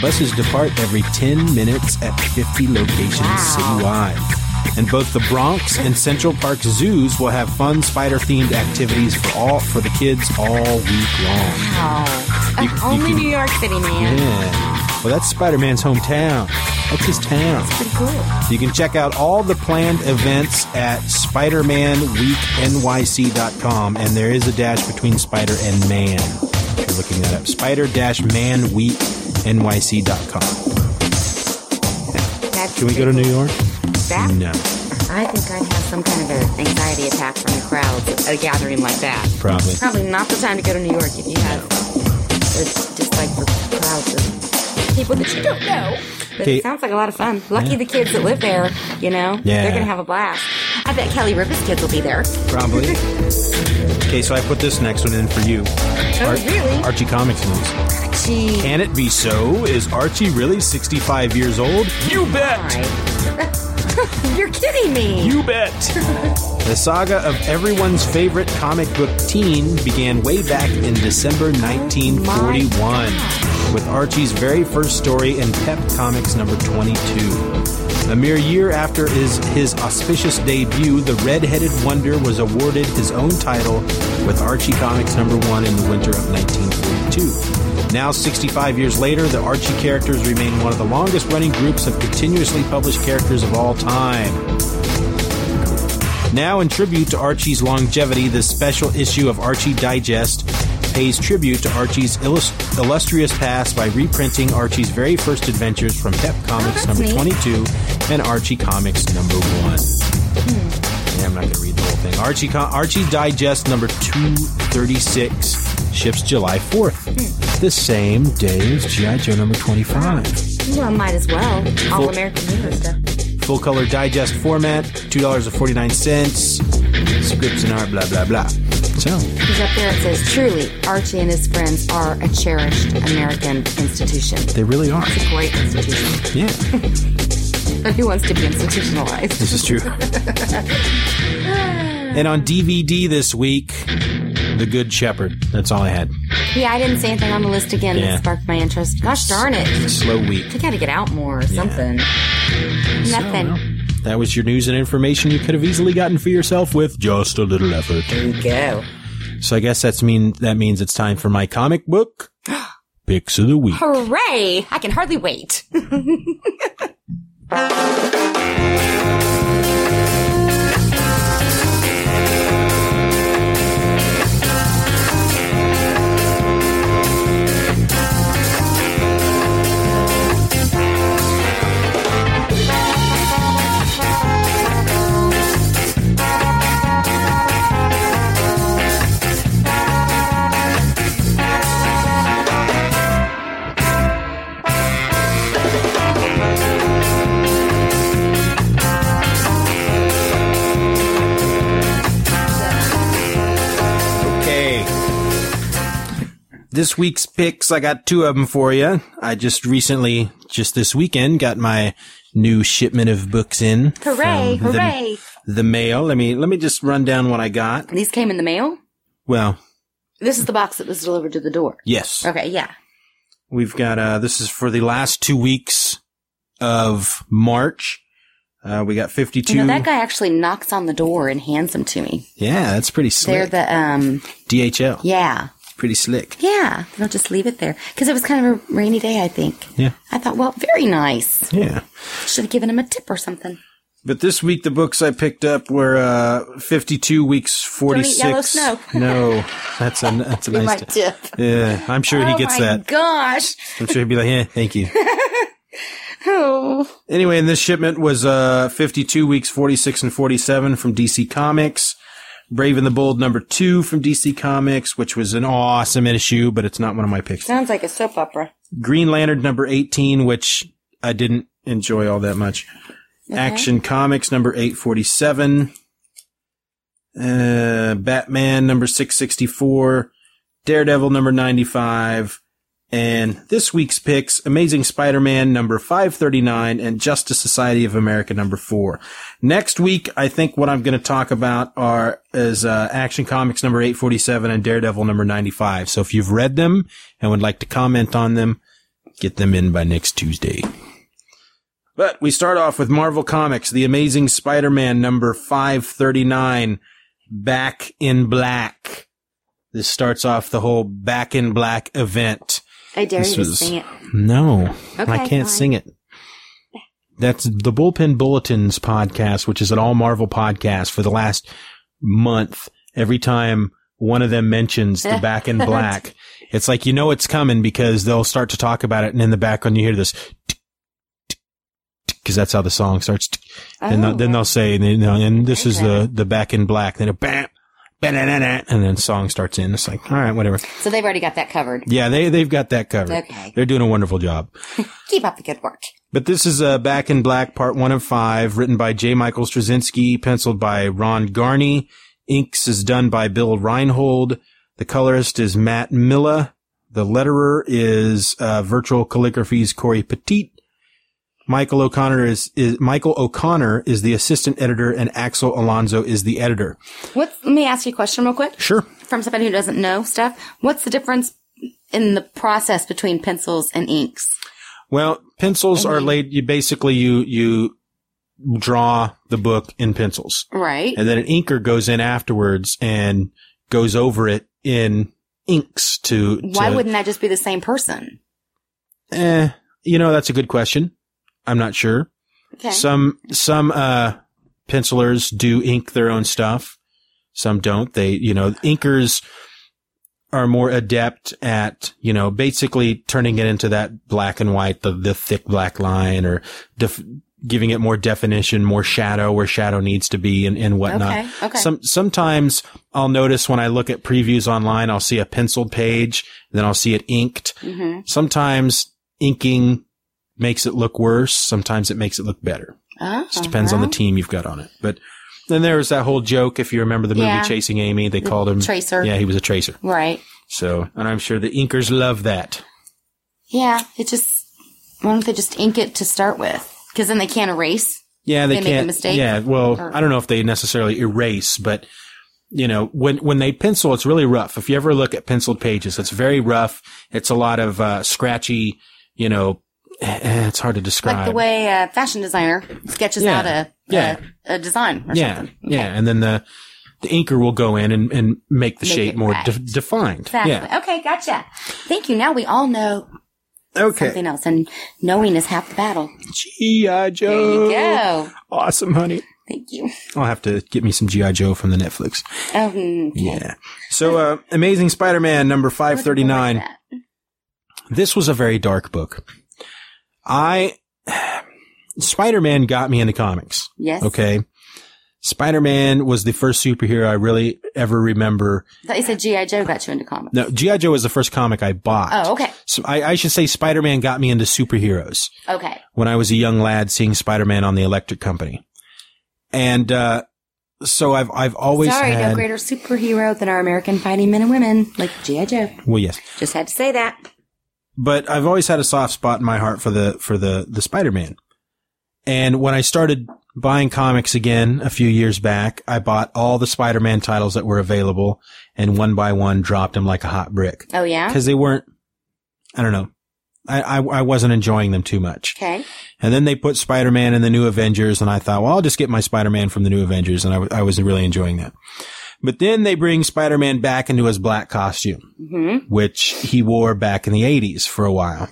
Buses depart every 10 minutes at 50 locations citywide. And both the Bronx and Central Park zoos will have fun spider themed activities for all for the kids all week long.
Oh.
You-
Only
you can-
New York City, man.
Yeah. Well, that's Spider Man's hometown. That's his town.
Pretty cool.
You can check out all the planned events at SpiderManWeekNYC.com, and there is a dash between Spider and Man. If you're looking that up, Spider Dash Man Week NYC.com.
That's
Can we go to New York?
That,
No,
I think I'd have some kind of a anxiety attack from the crowds at a gathering like that.
probably.
Probably not the time to go to New York if you have a dislike for crowds of people that you don't know. But
Okay.
it sounds like a lot of fun. Lucky the kids that live there, you know?
Yeah.
They're going to have a blast. I bet Kelly Ripa's kids will be there.
Probably. okay, so I put this next one in for you.
Oh, really?
Archie Comics News.
Gee.
Can it be so? Is Archie really 65 years old? You bet!
Right. You're kidding me.
You bet. the saga of everyone's favorite comic book teen began way back in December 1941 with Archie's very first story in Pep Comics number 22. A mere year after his, his auspicious debut, the red-headed wonder was awarded his own title with Archie Comics number 1 in the winter of 1942. Now 65 years later, the Archie characters remain one of the longest-running groups of continuously published characters of all time. Now, in tribute to Archie's longevity, this special issue of Archie Digest pays tribute to Archie's illus- illustrious past by reprinting Archie's very first adventures from Pep Comics
Oh, that's
number
neat.
22 and Archie Comics number 1.
Hmm.
Yeah, I'm not going to read the whole thing. Archie, Co- Archie Digest number 236 ships July 4th,
Hmm.
the same day as G.I. Joe number 25.
Well, might as well. All American Hero stuff.
Full color digest format, $2.49, scripts and art, blah, blah, blah. So,
Because up there it says, truly, Archie and his friends are a cherished American institution.
they really are.
Great institution.
Yeah,
But who wants to be institutionalized?
this is true. and on DVD this week, The Good Shepherd. That's all I had.
Yeah, I didn't say anything on the list again
Yeah.
that sparked my interest. Gosh darn it.
Slow week.
I gotta get out more or something. Nothing.
well, that was your news and information you could have easily gotten for yourself with just a little effort.
There you go.
So I guess that's mean that means it's time for my comic book picks of the week.
Hooray! I can hardly wait.
This week's picks, I got two of them for you. I just recently, just this weekend, got my new shipment of books in. from
Hooray,
the-
hooray.
The, mail. Let me let me just run down what I got.
These came in the mail?
Well,
This is the box that was delivered to the door.
yes,
Okay, yeah.
we've got. Uh, this is for the last two weeks of March. Uh, we got fifty-two.
You know, that guy actually knocks on the door and hands them to me.
yeah, that's pretty
They're
slick.
the, um,
DHL,
yeah.
pretty slick.
Yeah. They don't just leave it there. Because it was kind of a rainy day, I think.
Yeah.
I thought, well, very nice.
Yeah.
Should have given him a tip or something.
But this week, the books I picked up were uh, 52 weeks 46.
Yellow Snow.
no, that's a that's a
Be my
nice. tip.
tip.
yeah, I'm sure he
oh
gets
my
that.
gosh.
I'm sure he'd be like, "Yeah, thank you."
Oh.
Anyway, and this shipment was uh, 52 weeks 46 and 47 from DC Comics. Brave and the Bold number two from DC Comics, which was an awesome issue, but it's not one of my picks.
Sounds like a soap opera.
Green Lantern number 18, which I didn't enjoy all that much. Action Comics number 847. Uh, Batman number 664. Daredevil number 95. And this week's picks Amazing Spider Man number 539 and Justice Society of America number 4. Next week, I think what I'm going to talk about are is uh, Action Comics number 847 and Daredevil number 95. So if you've read them and would like to comment on them, get them in by next Tuesday. But we start off with Marvel Comics, The Amazing Spider Man number 539, Back in Black. This starts off the whole Back in Black event.
I dare
This
you to
was-
sing it.
No,
Okay,
I can't
fine.
sing it. That's the Bullpen Bulletins podcast, which is an all Marvel podcast for the last month. Every time one of them mentions the back in black, it's like, you know, it's coming because they'll start to talk about it. And in the background, you hear this because that's how the song starts. And they'll-
Oh.
then they'll say, you know, and this is the, the back in black. Then a bam, ba-da-da-da, and then song starts in. It's like, all right, whatever.
So they've already got that covered.
Yeah, they, they've got that covered.
Okay.
They're doing a wonderful job.
Keep up the good work.
But this is uh, Back in Black, Part 1 of 5, written by J. Michael Straczynski, penciled by Ron Garney. Inks is done by Bill Reinhold. The colorist is Matt Milla. The letterer is uh, Virtual Calligraphy's Corey Petit. Michael O'Connor is, is Michael O'Connor is the assistant editor, and Axel Alonso is the editor.
What's, let me ask you a question real quick
Sure.
from somebody who doesn't know stuff. What's the difference in the process between pencils and inks?
Well, pencils are laid. You basically you you draw the book in pencils.
Right.
and then an inker goes in afterwards and goes over it in inks to.
Why
to-
wouldn't that just be the same person?
Eh, you know that's a good question. I'm not sure.
Okay.
Some some uh, pencilers do ink their own stuff. Some don't. They you know inkers are more adept at you know basically turning it into that black and white, the the thick black line, or def- giving it more definition, more shadow where shadow needs to be, and and whatnot.
okay. Okay.
Some sometimes I'll notice when I look at previews online, I'll see a penciled page, then I'll see it inked.
hmm
Sometimes inking makes it look worse. Sometimes it makes it look better.
oh,
Just depends on the team you've got on it. But then there was that whole joke. If you remember the movie
Yeah.
Chasing Amy, they called him
tracer.
Yeah, he was a tracer.
Right.
So, and I'm sure the inkers love that.
Yeah. It just, why don't they just ink it to start with? Because then they can't erase.
Yeah, they,
They make a
can't.
mistake?
Yeah, well,
Or-
I don't know if they necessarily erase, but you know, when when they pencil, it's really rough. If you ever look at penciled pages, it's very rough. It's a lot of uh, scratchy. You know, eh, eh, it's hard to describe.
Like the way a fashion designer sketches
Yeah.
out a,
Yeah.
a, a design or
yeah,
something.
yeah, and then the the inker will go in and, and make the
Make
shape
it
more
right.
de- defined.
Exactly.
Yeah.
Okay. Gotcha. Thank you. Now we all know
Okay.
something else and knowing is half the battle.
GI
There
Joe.
you go.
Awesome, honey.
Thank you.
I'll have to get me some GI Joe from the Netflix.
Um,
Yeah. So, uh, Amazing Spider-Man number five thirty nine.
that.
this was a very dark book. I Spider-Man got me into comics.
Yes.
Okay. Spider-Man was the first superhero I really ever remember.
I thought you said G.I. Joe got you into comics.
No, G.I. Joe was the first comic I bought.
Oh, okay.
So I, I should say Spider-Man got me into superheroes
Okay.
when I was a young lad seeing Spider-Man on the Electric Company. And, uh, so I've I've always
Sorry,
had
no greater superhero than our American fighting men and women, like G.I. Joe.
well yes,
Just had to say that.
but I've always had a soft spot in my heart for the for the the Spider Man. And when I started buying comics again a few years back, I bought all the Spider Man titles that were available and one by one dropped them like a hot brick
Oh, yeah?
because they weren't. I don't know. I, I I wasn't enjoying them too much.
Okay.
And then they put Spider Man in the New Avengers, and I thought, well, I'll just get my Spider Man from the New Avengers, and I, w- I was really enjoying that. But then they bring Spider Man back into his black costume,
Mm-hmm.
which he wore back in the 80s for a while.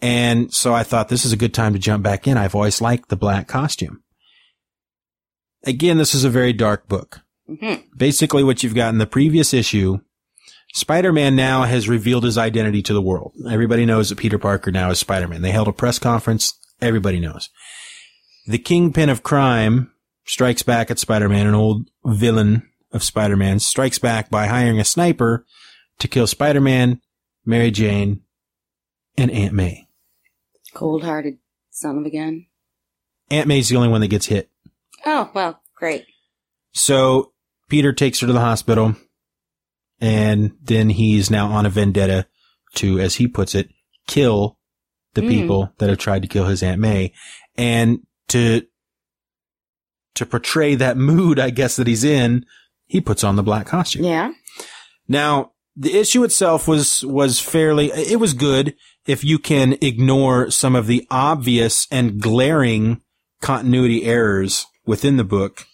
And so I thought this is a good time to jump back in. I've always liked the black costume. Again, this is a very dark book.
Mhm.
Basically, what you've got in the previous issue, Spider Man now has revealed his identity to the world. Everybody knows that Peter Parker now is Spider Man. They held a press conference. Everybody knows. The kingpin of crime strikes back at Spider Man, an old villain of Spider Man, strikes back by hiring a sniper to kill Spider Man, Mary Jane, and Aunt May.
Cold hearted son of a gun.
Aunt May's the only one that gets hit.
Oh, well, great.
So Peter takes her to the hospital, and then he's now on a vendetta to, as he puts it, kill the
Mm.
people that have tried to kill his Aunt May, and to to portray that mood, I guess that he's in, he puts on the black costume.
Yeah.
Now, the issue itself was was fairly it was good if you can ignore some of the obvious and glaring continuity errors within the book.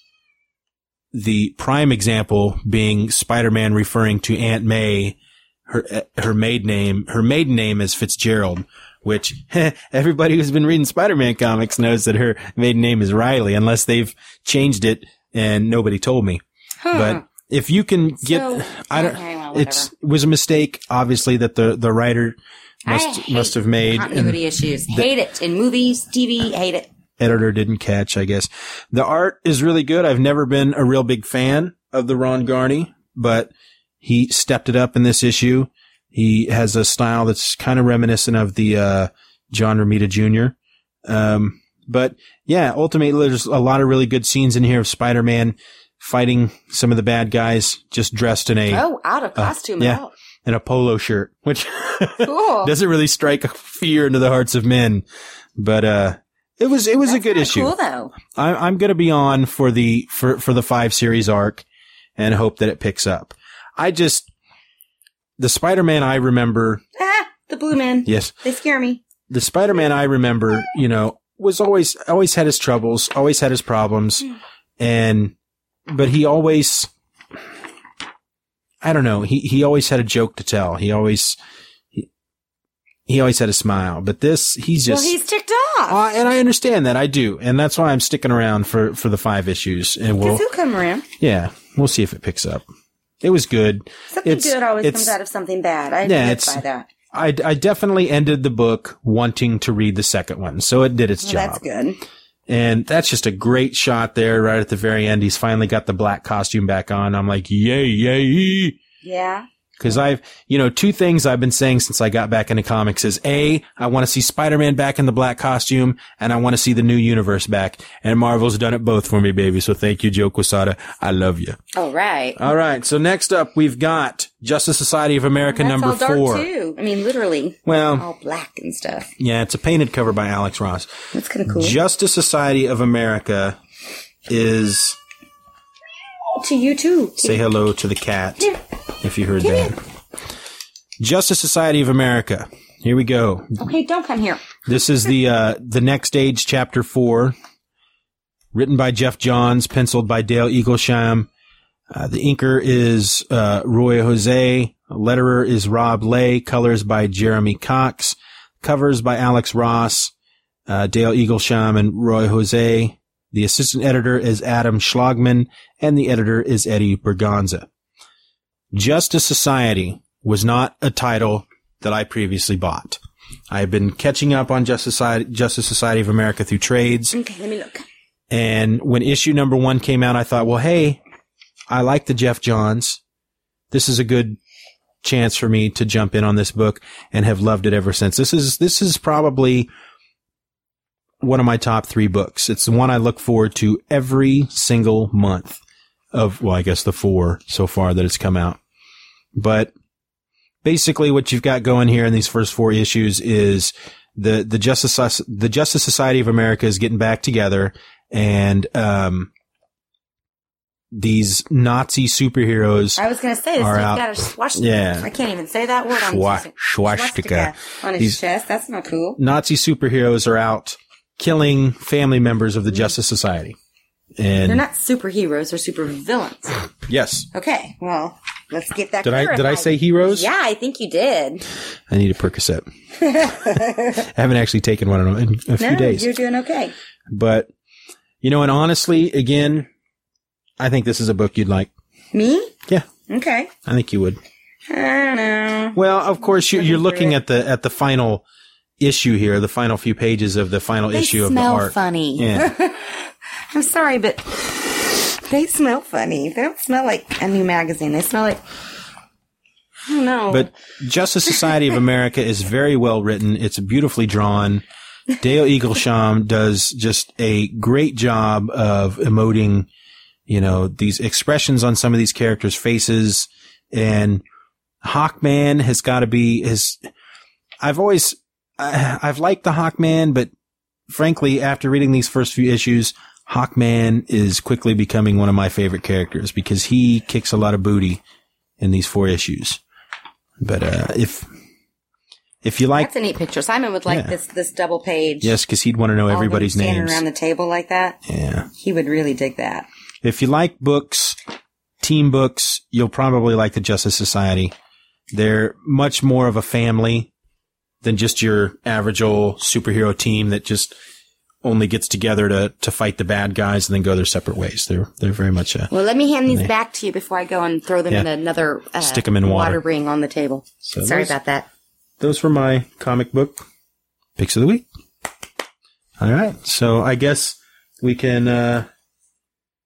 The prime example being Spider-Man referring to Aunt May, her eh, her maiden name, her maiden name is Fitzgerald, which everybody who's been reading Spider-Man comics knows that her maiden name is Riley unless they've changed it and nobody told me.
Huh.
But if you can get,
Hmm. So-
I don't.
okay, well,
it's
whatever.
it was a mistake, obviously, that the the writer
I
must
hate
must have made.
Continuity issues. hate it. In movies, TV, hate it.
editor didn't catch, I guess. The art is really good. I've never been a real big fan of the Ron Garney, but he stepped it up in this issue. He has a style that's kind of reminiscent of the uh, John Romita Jr. Um, but yeah, ultimately, there's a lot of really good scenes in here of Spider-Man fighting some of the bad guys, just dressed in a
Oh, out of costume
Uh, yeah.
at all.
in a polo shirt, which
Cool.
doesn't really strike fear into the hearts of men. But uh, it was it was a good
Kinda
issue.
Cool, though.
I, I'm going to be on for the for for the five series arc, and hope that it picks up. I just the Spider Man I remember.
Ah, the blue men.
Yes,
They scare me.
the Spider Man I remember. You know, was always always had his troubles, always had his problems,
Hmm.
and but he always. I don't know. He he always had a joke to tell. He always he, he always had a smile. But this he's just
well, he's ticked off.
uh, and I understand that I do, and that's why I'm sticking around for for the five issues, and
Because
we'll
he'll come around.
yeah, we'll see if it picks up. It was good.
Something
It's-
good always
it's-
comes out of something bad. I
Yeah,
yeah,
it's-
by that.
I, I definitely ended the book wanting to read the second one, so it did its
Well,
job.
that's good.
And that's just a great shot there, right at the very end. He's finally got the black costume back on. I'm like, yay, yay!
Yeah.
Because I've, you know, two things I've been saying since I got back into comics is A, I want to see Spider-Man back in the black costume and I want to see the new universe back. And Marvel's done it both for me, baby. So thank you, Joe Quesada. I love you.
All right.
All right. So next up, we've got Justice Society of America
That's
number
all dark
four.
too. Oh. I mean, literally
Well,
all black and stuff.
yeah, it's a painted cover by Alex Ross.
That's kind of cool.
Justice Society of America is
to you too.
say hello to the cat.
Here.
If you heard that. Justice Society of America. Here we go.
Okay, don't come here.
This is the uh, the next age chapter four, written by Jeff Johns, penciled by Dale Eaglesham. Uh, the inker is uh, Roy Jose. Letterer is Rob Lay. Colors by Jeremy Cox. Covers by Alex Ross, uh, Dale Eaglesham, and Roy Jose. The assistant editor is Adam Schlagman, and the editor is Eddie Berganza. Justice Society was not a title that I previously bought. I've been catching up on Justice Society, Justice Society of America through trades.
Okay, let me look.
And when issue number one came out, I thought, well, hey, I like the Jeff Johns. This is a good chance for me to jump in on this book and have loved it ever since. This is, this is probably one of my top three books. It's the one I look forward to every single month. of, well, I guess the four so far that has come out. But basically what you've got going here in these first four issues is the, the Justice, Soc- the Justice Society of America is getting back together and, um, these Nazi superheroes
I was going to say, this
Are
dude
out.
got a swastika.
Yeah.
I can't even say that word on
Schwa-
his-
swastika.
on his
He's-
chest. That's not cool.
Nazi superheroes are out killing family members of the Justice Society. And
They're not superheroes. They're supervillains.
yes,
Okay. Well, let's get that
did I did I
clarified.
say heroes?
Yeah, I think you did.
I need a Percocet. I haven't actually taken one in a, in a few
no,
days,
you're doing okay.
but you know, and honestly, again, I think this is a book you'd like.
Me?
Yeah,
Okay.
I think you would.
I don't know.
Well, of course, you, you're looking at the at the final issue here, the final few pages of the final
They
issue of the
smell
arc.
funny.
Yeah,
I'm sorry, but they smell funny. They don't smell like a new magazine. They smell like I don't know.
but Justice Society of America is very well written. It's beautifully drawn. Dale Eaglesham does just a great job of emoting, you know, these expressions on some of these characters' faces. And Hawkman has got to be his. I've always, I, I've liked the Hawkman, but frankly, after reading these first few issues, Hawkman is quickly becoming one of my favorite characters because he kicks a lot of booty in these four issues. But uh, if if you like
that's a neat picture. Simon would like
Yeah.
this this double page.
Yes, because he'd want to know
all of them
everybody's
standing
names.
around the table like that.
yeah.
He would really dig that.
If you like books, team books, you'll probably like the Justice Society. They're much more of a family than just your average old superhero team that just only gets together to, to fight the bad guys and then go their separate ways. They're they're very much uh, a
Well, let me hand these back to you before I go and throw them
Yeah.
in another uh,
Stick 'em in water.
ring on the table.
So
Sorry
those-
about that.
those were my comic book picks of the week. All right, so I guess we can uh,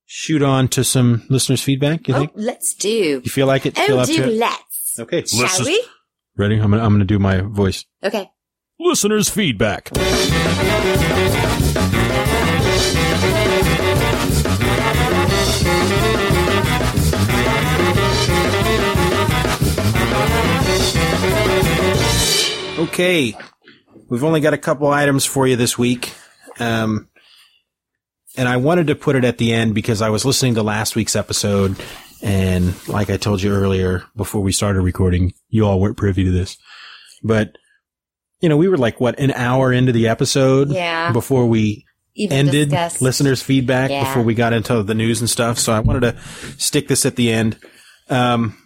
shoot on to some listeners' feedback. You
Oh,
think
let's do.
you feel like it? feel
Oh,
up
do
to it?
let's.
Okay,
Shall we?
Ready? I'm gonna, I'm gonna do my voice.
Okay.
Listeners' feedback. Okay, we've only got a couple items for you this week, um, and I wanted to put it at the end because I was listening to last week's episode, and like I told you earlier before we started recording, you all weren't privy to this, but you know we were like what an hour into the episode
Yeah.
before we
Even
ended
discuss.
listeners' feedback
Yeah.
before we got into the news and stuff. So I wanted to stick this at the end. Um,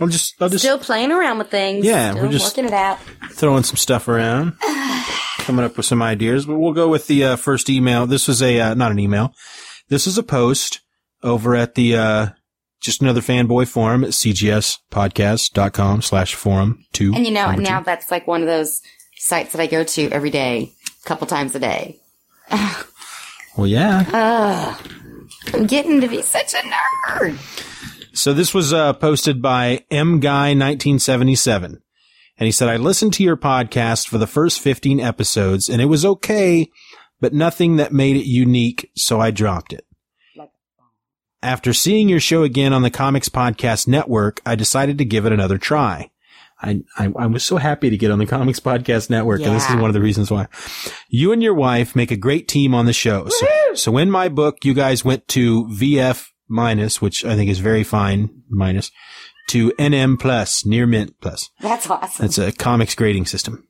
I'll just I'll just
Still playing around with things.
Yeah,
Still
we're just-
working it out.
throwing some stuff around, coming up with some ideas. But we'll go with the uh, first email. This was a uh, not an email. This is a post over at the uh, just another fanboy forum at cgspodcast.com slash forum two.
And you know,
number two.
now that's like one of those sites that I go to every day, a couple times a day.
well, yeah.
I'm getting to be such a nerd.
So this was uh, posted by M Guy 1977, and he said, "I listened to your podcast for the first 15 episodes, and it was okay, but nothing that made it unique, so I dropped it." After seeing your show again on the Comics Podcast Network, I decided to give it another try. I, I, I was so happy to get on the Comics Podcast Network, and this is
Yeah.
one of the reasons why. You and your wife make a great team on the show. So, so in my book, you guys went to VF minus, which I think is very fine minus, to NM plus, near mint plus.
That's awesome.
That's a comics grading system.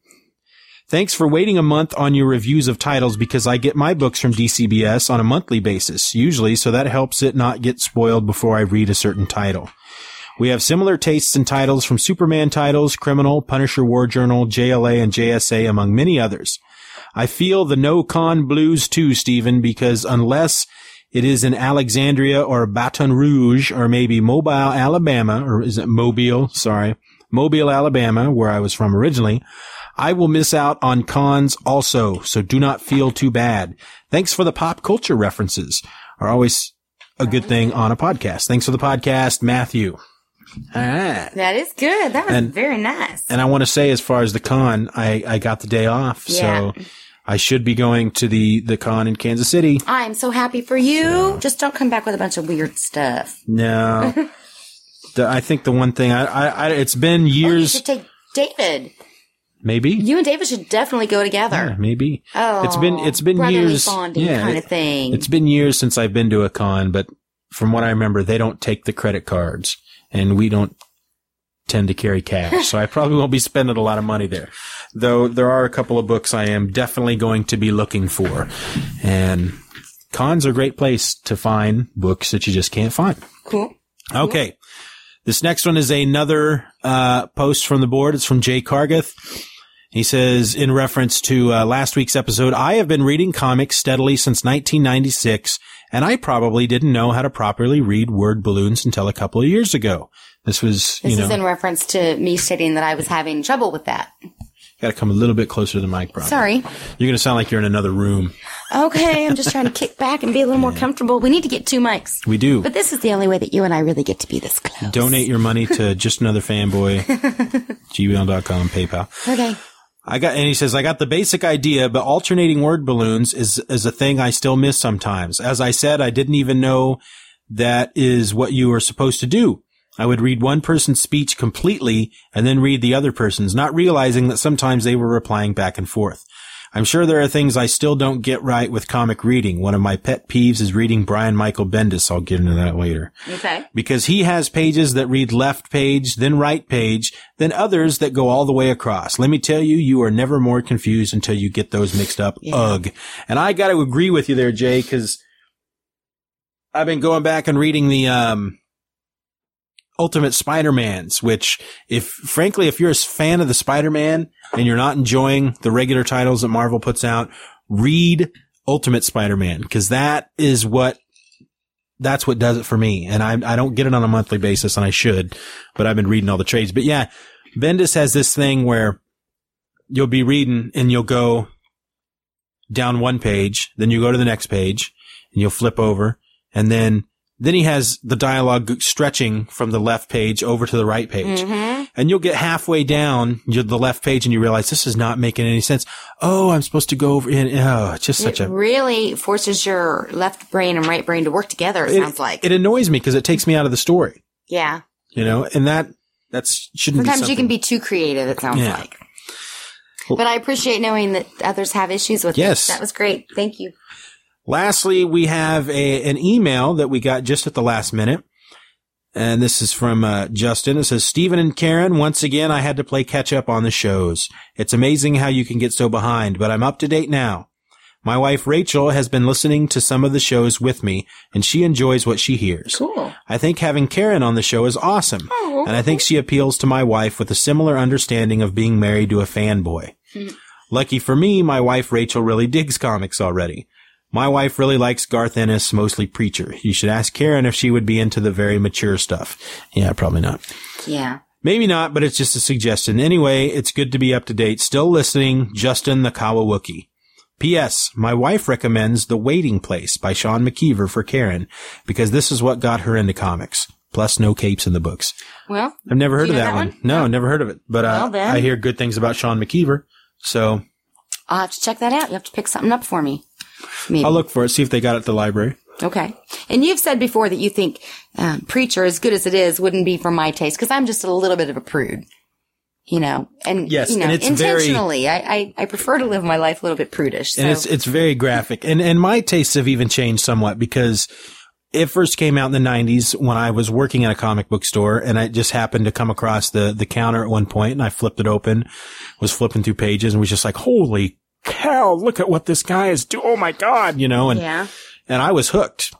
Thanks for waiting a month on your reviews of titles because I get my books from DCBS on a monthly basis, usually, so that helps it not get spoiled before I read a certain title. We have similar tastes in titles from Superman titles, Criminal, Punisher War Journal, JLA, and JSA, among many others. I feel the no con blues too, Stephen, because unless it is in Alexandria or Baton Rouge or maybe Mobile, Alabama, or is it Mobile? Sorry. Mobile, Alabama, where I was from originally. I will miss out on cons also, so do not feel too bad. Thanks for the pop culture references are always a good thing on a podcast. Thanks for the podcast, Matthew. All right.
that is good. That was
And-
very nice.
And I want to say, as far as the con, I, I got the day off, so I should be going to the the con in Kansas City.
I'm so happy for you. Just don't come back with a bunch of weird stuff.
No, the, I think the one thing I, I, I it's been
Oh, You
years,
should take David.
maybe.
You and David should definitely go together.
Yeah, maybe.
Oh,
it's been it's been
brotherly
years.
bonding kind of thing.
It's been years since I've been to a con, but from what I remember, they don't take the credit cards, and we don't tend to carry cash, so I probably won't be spending a lot of money there. Though there are a couple of books I am definitely going to be looking for, and cons are a great place to find books that you just can't find.
Cool.
Okay. This next one is another uh, post from the board. It's from Jay Cargith. He says, in reference to uh, last week's episode, I have been reading comics steadily since 1996, and I probably didn't know how to properly read word balloons until a couple of years ago. This was,
This
you
is
know,
in reference to me stating that I was having trouble with that.
got to come a little bit closer to the mic, probably.
Sorry.
You're going to sound like you're in another room.
Okay, I'm just trying to kick back and be a little more comfortable. We need to get two mics.
We do.
But this is the only way that you and I really get to be this close.
Donate your money to just another fanboy, gmail.com, PayPal.
Okay.
I got, and he says, I got the basic idea, but alternating word balloons is, is a thing I still miss sometimes. As I said, I didn't even know that is what you are supposed to do. I would read one person's speech completely and then read the other person's, not realizing that sometimes they were replying back and forth. I'm sure there are things I still don't get right with comic reading. One of my pet peeves is reading Brian Michael Bendis. I'll get into that later
Okay.
because he has pages that read left page, then right page, then others that go all the way across. Let me tell you, you are never more confused until you get those mixed up. Ugh. And I got to agree with you there, Jay, because I've been going back and reading the, um, Ultimate Spider-Man's, which if, frankly, if you're a fan of the Spider-Man and you're not enjoying the regular titles that Marvel puts out, read Ultimate Spider-Man, because that is what that's what does it for me. And I, I don't get it on a monthly basis and I should, but I've been reading all the trades. But yeah, Bendis has this thing where you'll be reading and you'll go down one page, then you go to the next page and you'll flip over and then, then he has the dialogue stretching from the left page over to the right page
Mm-hmm.
and you'll get halfway down you the left page and you realize this is not making any sense. Oh, I'm supposed to go over and oh, it's just such
It
a
really forces your left brain and right brain to work together, it, sounds like.
it annoys me because it takes me out of the story.
yeah.
you know, and that that's shouldn't be
Sometimes you
something-
can be too creative, it sounds
Yeah.
like. But I appreciate knowing that others have issues with it.
Yes.
That was great. Thank you.
Lastly, we have a, an email that we got just at the last minute. And this is from uh, Justin. It says, Stephen and Karen, once again, I had to play catch up on the shows. It's amazing how you can get so behind, but I'm up to date now. My wife, Rachel, has been listening to some of the shows with me, and she enjoys what she hears.
Cool.
I think having Karen on the show is awesome. And I think she appeals to my wife with a similar understanding of being married to a fanboy. Lucky for me, my wife Rachel really digs comics already. My wife really likes Garth Ennis, mostly Preacher. You should ask Karen if she would be into the very mature stuff. Yeah, probably not.
Yeah.
Maybe not, but it's just a suggestion. Anyway, it's good to be up to date. Still listening, Justin the Kawawookie. P.S. My wife recommends The Waiting Place by Sean McKeever for Karen because this is what got her into comics. Plus, no capes in the books.
Well,
I've never heard
you
of
know
that,
that
one.
one? Oh.
No, never heard of it. But uh,
Well, then.
I hear good things about Sean McKeever, so
I'll have to check that out. You have to pick something up for me. Maybe.
I'll look for it. See if they got it at the library.
Okay. And you've said before that you think um, Preacher, as good as it is, wouldn't be for my taste because I'm just a little bit of a prude, you know. And
Yes,
you know,
and it's very-
intentionally, I, I I prefer to live my life a little bit prudish. So
and it's it's very graphic. And and my tastes have even changed somewhat because it first came out in the '90s when I was working at a comic book store, and I just happened to come across the the counter at one point, and I flipped it open, was flipping through pages, and was just like, "Holy cow! Look at what this guy is doing! Oh my god!" You know, and
yeah,
and I was hooked,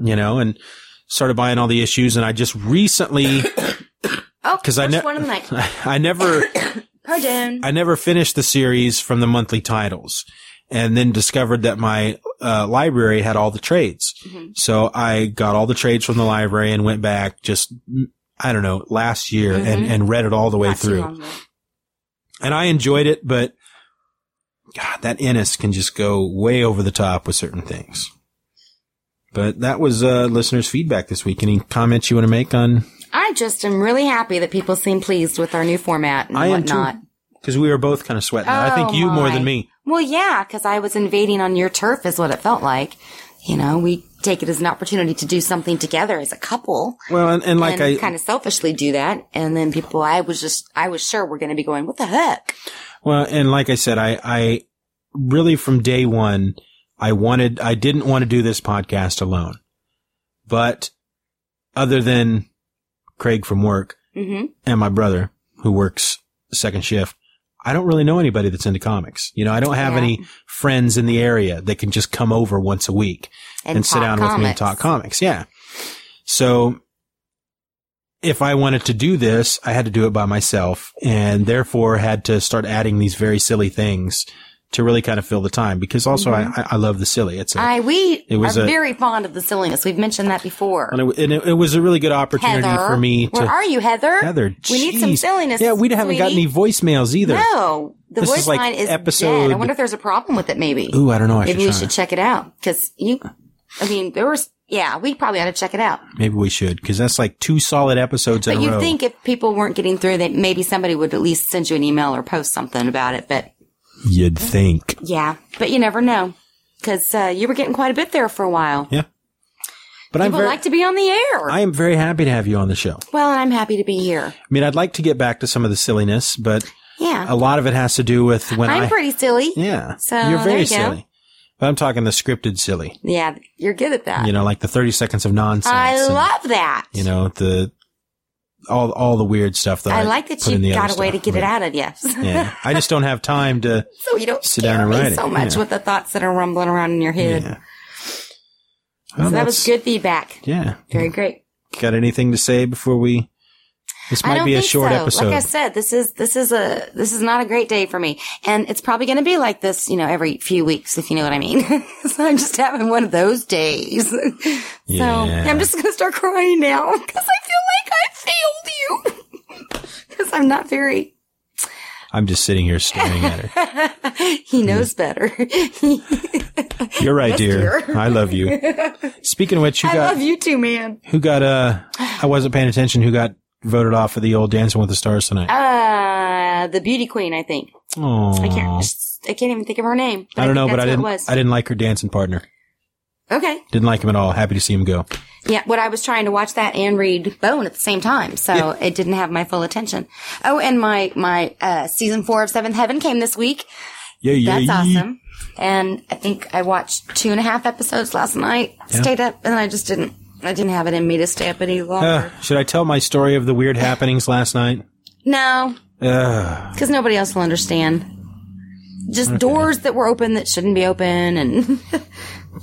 you know, and started buying all the issues, and I just recently,
oh,
'Cause I
first
ne-
one of the night.
I never.
Pardon.
I never finished the series from the monthly titles and then discovered that my uh, library had all the trades.
Mm-hmm.
So I got all the trades from the library and went back just, I don't know, last year and, and read it all the way
Mm-hmm. Not too
through.
long ago.
And I enjoyed it, but God, that Ennis can just go way over the top with certain things. But that was uh, listeners' feedback this week. Any comments you want to make on?
I just am really happy that people seem pleased with our new format and
I am too.
whatnot.
because we were both kind of sweating. I think
Oh,
you more than
my.
me.
Well, yeah, because I was invading on your turf, is what it felt like. You know, we take it as an opportunity to do something together as a couple.
Well, and, and like
and
I
kind of selfishly do that. And then people, I was just, I was sure we're going to be going, what the heck?
Well, and like I said, I, I really from day one, I wanted, I didn't want to do this podcast alone, but other than Craig from work
Mm-hmm.
and my brother who works second shift, I don't really know anybody that's into comics. You know, I don't have
Yeah.
any friends in the area that can just come over once a week and, sit down with me and talk comics. Yeah. So if I wanted to do this, I had to do it by myself and therefore had to start adding these very silly things to really kind of fill the time because also I I, I love the silly. It's a,
Mm-hmm. I, we
It was
are
a-
very fond of the silliness. We've mentioned that before.
and it, and it, it was a really good opportunity
Heather,
for me
where
to.
are you, Heather?
Heather,
we need some
jeez.
silliness.
Yeah, we haven't got
sweetie.
any voicemails either.
No, the
This is
voice
like
line is
episode-
dead. I wonder if there's a problem with it. Maybe.
Ooh, I don't know. I
maybe
should
we
try.
should check it out because you. I mean, there was. Yeah, we probably ought to check it out.
Maybe we should because that's like two solid episodes
But
in a row.
you think if people weren't getting through, that maybe somebody would at least send you an email or post something about it. But
You'd think.
yeah, but you never know because uh, you were getting quite a bit there for a while.
Yeah. But I'm
People
very,
like to be on the air.
I am very happy to have you on the show.
well, and I'm happy to be here.
I mean, I'd like to get back to some of the silliness, but
Yeah,
a lot of it has to do with Oh, when
I'm
I.
pretty silly.
yeah,
So,
you're
there
very
you go.
silly. But I'm talking the scripted silly.
Yeah, you're good at that.
You know, like the 30 seconds of nonsense.
Uh, I
and,
love that.
You know the all all the weird stuff that I,
I like that
put in
you
the
got
other
a way to
stuff,
get it
but-
out of you.
Yeah, I just don't have time to.
so you don't
Sit
sit
down and write it,
so much
yeah.
with the thoughts that are rumbling around in your head.
Yeah.
So
Well,
that was
that's-
good feedback.
Yeah.
Very great.
Got anything to say before we? This
I
might
don't
be a
think
short
so.
episode.
Like I said, this is this is a this is not a great day for me, and it's probably going to be like this, you know, every few weeks, if you know what I mean. so I'm just having one of those days. so
Yeah.
I'm just going to start crying now because I feel like I failed you because I'm not very.
I'm just sitting here staring at her.
He knows better.
You're right, dear. I love you. Speaking of which, you
I
got
love you too, man.
Who got uh I wasn't paying attention who got voted off for the old Dancing with the Stars tonight.
Oh, Uh, the beauty queen, I think.
Oh.
I can't. I can't even think of her name.
I don't know,
think
but I
that's
didn't
who it was.
I didn't like her dancing partner.
okay.
Didn't like him at all. Happy to see him go.
Yeah, what I was trying to watch that and read Bone at the same time, so it didn't have my full attention. Oh, and my my uh, season four of Seventh Heaven came this week.
Yeah, yeah.
That's
yeah.
awesome. And I think I watched two and a half episodes last night. Stayed up, and I just didn't. I didn't have it in me to stay up any longer.
Uh, should I tell my story of the weird happenings last night?
no,
Uh,
because nobody else will understand. Just doors that were open that shouldn't be open, and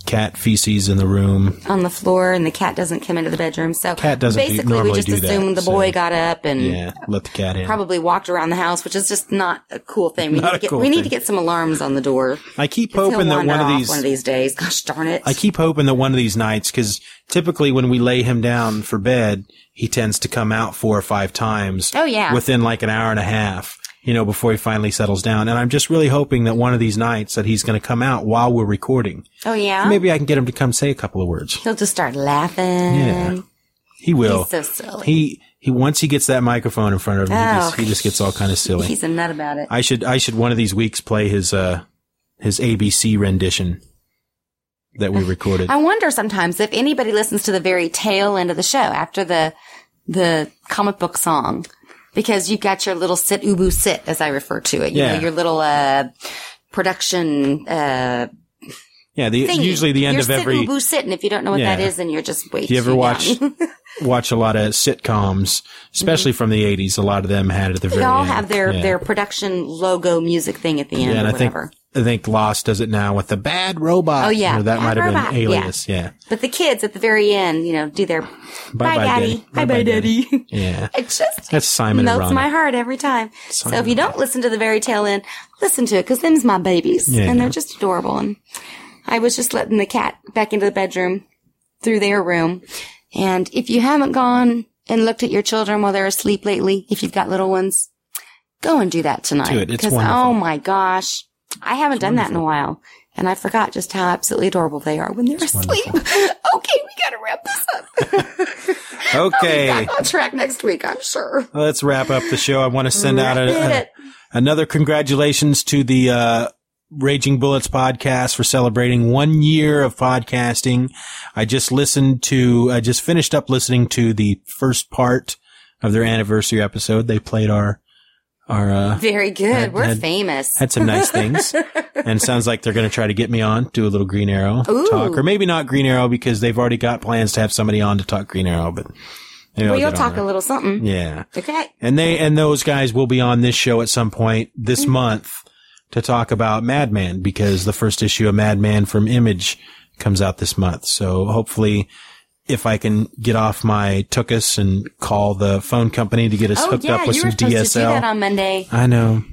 cat feces in the room.
on the floor, and the cat doesn't come into the bedroom. So
Cat doesn't do-
basically we
normally
just
do that,
assumed the
so-
boy got up and.
Yeah, let the cat in.
probably walked around the house, which is just not a cool thing. We, need
Not a
to, get,
cool
we need
thing.
to get some alarms on the door.
I keep
He'll
hoping that
wander
one of
off
these
one of these days. Gosh darn it!
I keep hoping that one of these nights, because typically when we lay him down for bed, he tends to come out four or five times.
Oh, yeah.
Within like an hour and a half, you know, before he finally settles down. And I'm just really hoping that one of these nights that he's going to come out while we're recording.
oh yeah,
Maybe I can get him to come say a couple of words.
he'll just start laughing.
Yeah. He will.
He's so silly.
he he once he gets that microphone in front of him, he,
Oh.
just, he just gets all kind of silly.
He's a nut about it.
I should I should one of these weeks play his uh his ABC rendition that we recorded.
I wonder sometimes if anybody listens to the very tail end of the show after the the comic book song, because you've got your little sit ubu sit, as I refer to it. You
Yeah.
know, your little uh, production uh,
yeah, the,
thingy.
usually the end
Your
of every
sit ubu sit, and if you don't know what that
Yeah.
is, then you're just way.
Do you ever
too
watch
young.
watch a lot of sitcoms, especially from the '80s? A lot of them had it at the
Mm-hmm. They
very
all
end.
have their,
yeah.
their production logo music thing at the end
Yeah, and
or
I think
whatever.
I think Lost does it now with the bad robot.
Oh, yeah.
Or that
Bad
might have
Robot,
been
yeah.
Alias. Yeah,
but the kids at the very end, you know, do their bye,
Bye Bye
daddy.
Daddy.
Bye
Bye Bye
bye daddy.
yeah.
it just
That's Simon and
melts
Ron.
my heart every time. so if you don't listen to the very tail end, listen to it because them's my babies
Yeah.
and they're just adorable. And I was just letting the cat back into the bedroom through their room. And if you haven't gone and looked at your children while they're asleep lately, if you've got little ones, go and do that tonight.
Do it. It's
'Cause,
wonderful.
Oh my gosh. I haven't done that in a while. And I forgot just how absolutely adorable they are when they're asleep. okay, we gotta wrap this up.
Okay,
Back on track next week, I'm sure.
let's wrap up the show. I want to send out
Hit
a, a,
it.
Another congratulations to the uh, Raging Bullets podcast for celebrating one year of podcasting. I just listened to, I just finished up listening to the first part of their anniversary episode. They played our, our, uh,
Very good.
Had-
We're
had-
famous.
had some nice things and it sounds like they're going to try to get me on do a little green arrow
Ooh.
talk or maybe not green arrow because they've already got plans to have somebody on to talk green arrow but maybe
well,
I'll
you'll
get on
talk
there.
a little something.
yeah
Okay.
and they and those guys will be on this show at some point this
Mm-hmm.
month to talk about madman because the first issue of madman from image comes out this month so hopefully if I can get off my tuchus and call the phone company to get us
Oh
hooked
yeah,
up with
you
some
were supposed
DSL,
to do that on Monday.
I know.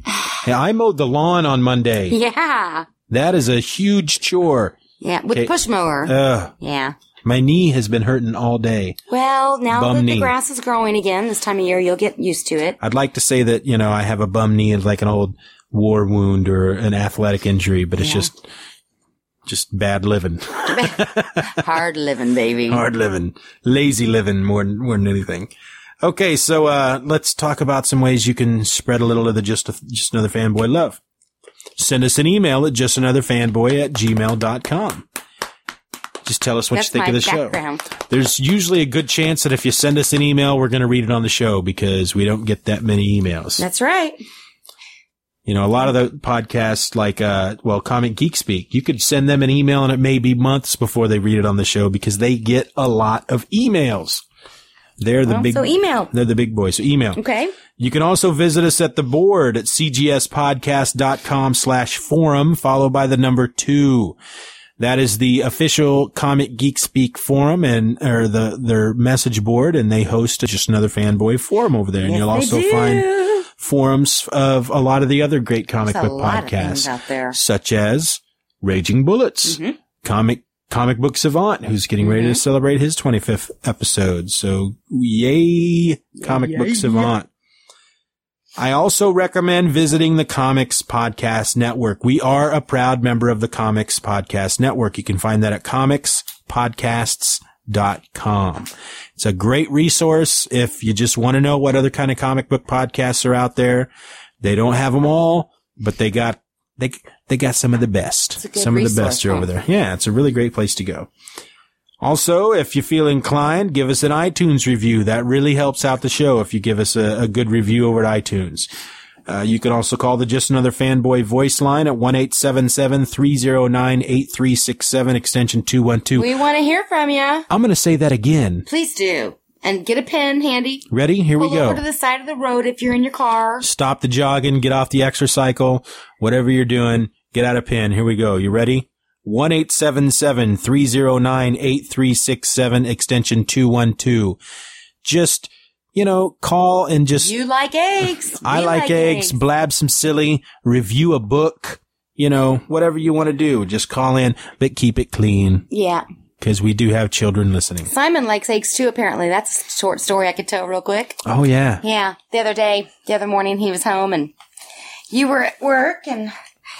Hey, I mowed the lawn on Monday.
Yeah.
That is a huge chore.
Yeah. With
Okay.
push mower.
Ugh,
yeah.
my knee has been hurting all day.
Well, now
Bum
that
knee.
the grass is growing again this time of year, you'll get used to it.
I'd like to say that, you know, I have a bum knee and like an old war wound or an athletic injury, but it's just, just bad living,
Hard living, baby.
hard living, lazy living more, than- more than anything. Okay. So, uh, let's talk about some ways you can spread a little of the just, just another fanboy love. Send us an email at just another fanboy at gmail.com. Just tell us what
That's
you think
my
of the show.
background.
There's usually a good chance that if you send us an email, we're going to read it on the show because we don't get that many emails.
That's right.
You know, a lot of the podcasts like, uh, well, Comic Geek Speak, you could send them an email and it may be months before they read it on the show because they get a lot of emails. They're the
Well,
big,
so email.
they're the big boys. So email.
Okay.
You can also visit us at the board at cgspodcast.com slash forum, followed by the number two. That is the official Comic Geek Speak forum and or the their message board, and they host just another fanboy forum over there. and you'll also find forums of a lot of the other great comic
There's a
book
lot of
podcasts,
things out there. Mm-hmm.
such as Raging Bullets, comic comic book savant, who's getting ready to celebrate his 25th episode. So yay, comic book savant. I also recommend visiting the Comics Podcast Network. We are a proud member of the Comics Podcast Network. You can find that at comicspodcasts.com. It's a great resource if you just want to know what other kind of comic book podcasts are out there. They don't have them all, but they got they they got some of the
It's a
best.
good
Some of the
resource,
best are over
huh?
there. Yeah, it's a really great place to go. Also, if you feel inclined, give us an iTunes review. That really helps out the show if you give us a, a good review over at iTunes. Uh, you can also call the Just Another Fanboy voice line at 1-877-309-8367, extension 212.
We want to hear from you.
I'm going to say that again.
Please do. And get a pen handy.
Ready? Here
Pull
we go.
over to the side of the road if you're in your car.
Stop the jogging, get off the exercycle, whatever you're doing, get out of pin. Here we go. You ready? 1-877-309-8367, extension 212. Just, you know, call and just,
You like eggs.
I
We
like, eggs, blab some silly, review a book, you know, whatever you want to do. Just call in, but keep it clean
Yeah.
because we do have children listening.
Simon likes eggs too, apparently. That's a short story I could tell real quick.
Oh yeah.
Yeah. The other day, the other morning, he was home and you were at work and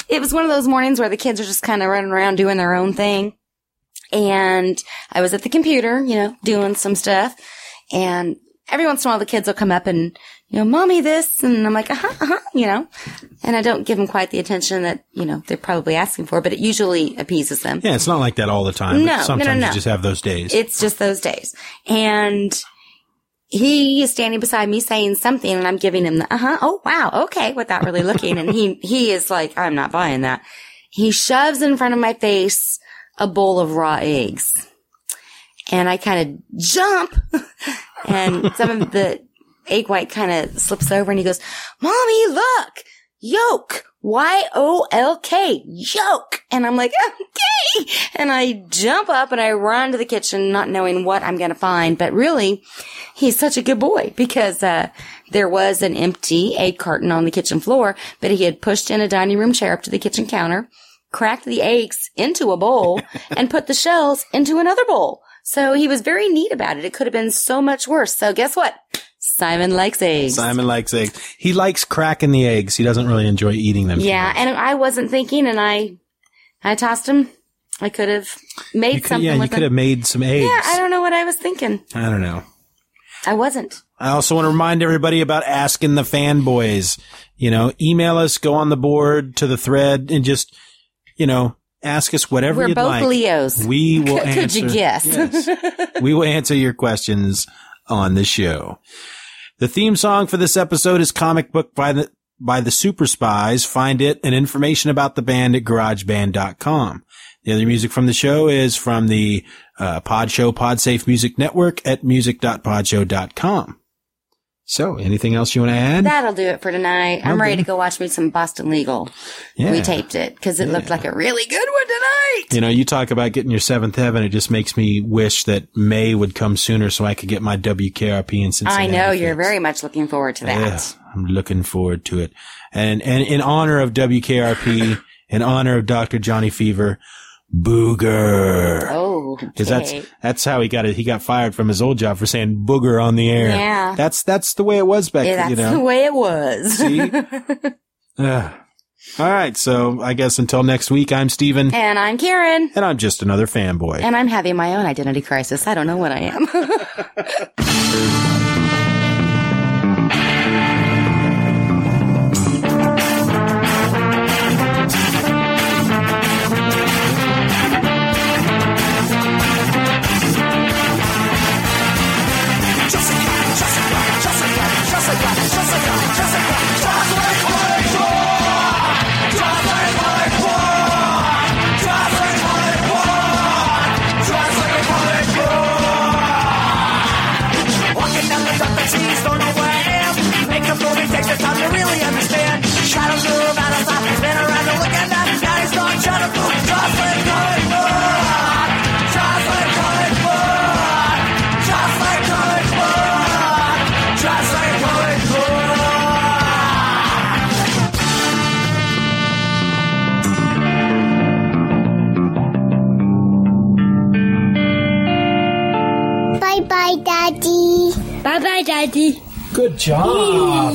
it was one of those mornings where the kids are just kind of running around doing their own thing. And I was at the computer, you know, doing some stuff and every once in a while the kids will come up and, you know, mommy this. And I'm like, uh huh, uh huh, you know, and I don't give them quite the attention that, you know, they're probably asking for, but it usually appeases them.
Yeah, it's not like that all the time.
No,
but
no, no,
sometimes
no.
you just have those days.
It's just those days. And he is standing beside me saying something and I'm giving him the, uh huh, oh wow, okay, without really looking. and he, he is like, I'm not buying that. He shoves in front of my face a bowl of raw eggs and I kind of jump and some of the egg white kind of slips over and he goes, mommy, look, yolk, Y-O-L-K, yolk. And I'm like, okay. And I jump up and I run to the kitchen, not knowing what I'm going to find. But really, he's such a good boy because, uh, there was an empty egg carton on the kitchen floor, but he had pushed in a dining room chair up to the kitchen counter, cracked the eggs into a bowl and put the shells into another bowl. So he was very neat about it. It could have been so much worse. So guess what? Simon likes eggs.
Simon likes eggs. He likes cracking the eggs. He doesn't really enjoy eating them.
Yeah, and I wasn't thinking, and I, I tossed him. I could have made
you could,
something
yeah, you
with
could have
him.
made some eggs.
yeah, I don't know what I was thinking.
I don't know.
I wasn't.
I also want to remind everybody about asking the fanboys. You know, email us, go on the board to the thread, and just you know ask us whatever
We're
you'd
both
like.
Leos.
We will
Could-
answer.
could you guess?
Yes. we will answer your questions on the show. The theme song for this episode is Comic Book by the by the Super Spies. Find it and information about the band at garageband.com. The other music from the show is from the uh, Pod Show Podsafe Music Network at music.podshow.com. So, anything else you want to add?
That'll do it for tonight. I'm ready to go watch me some Boston Legal.
Yeah.
We taped it because it looked like a really good one tonight.
You know, you talk about getting your seventh heaven. It just makes me wish that May would come sooner so I could get my WKRP in Cincinnati.
I know you're
fixed.
very much looking forward to
Yeah,
that.
I'm looking forward to it. And and in honor of WKRP, in honor of Dr. Johnny Fever, booger.
Oh,
Because
okay.
that's that's how he got it. He got fired from his old job for saying booger on the air.
Yeah.
that's that's the way it was back.
Yeah, that's
you know.
the way it was.
See? Ugh. All right, so I guess until next week, I'm Steven,
and I'm Karen,
and I'm just another fanboy.
and I'm having my own identity crisis. I don't know what I am.
Walking down the dark, the trees, don't know where I am. Make a movie, take the time to really understand. Shadows move out of sight, spin around and look at that. Now he's gone, shadow move, just like comic book. Just like comic book. Just like comic book. Just like comic book.
Bye bye, Daddy. Bye bye, Daddy.
Good job.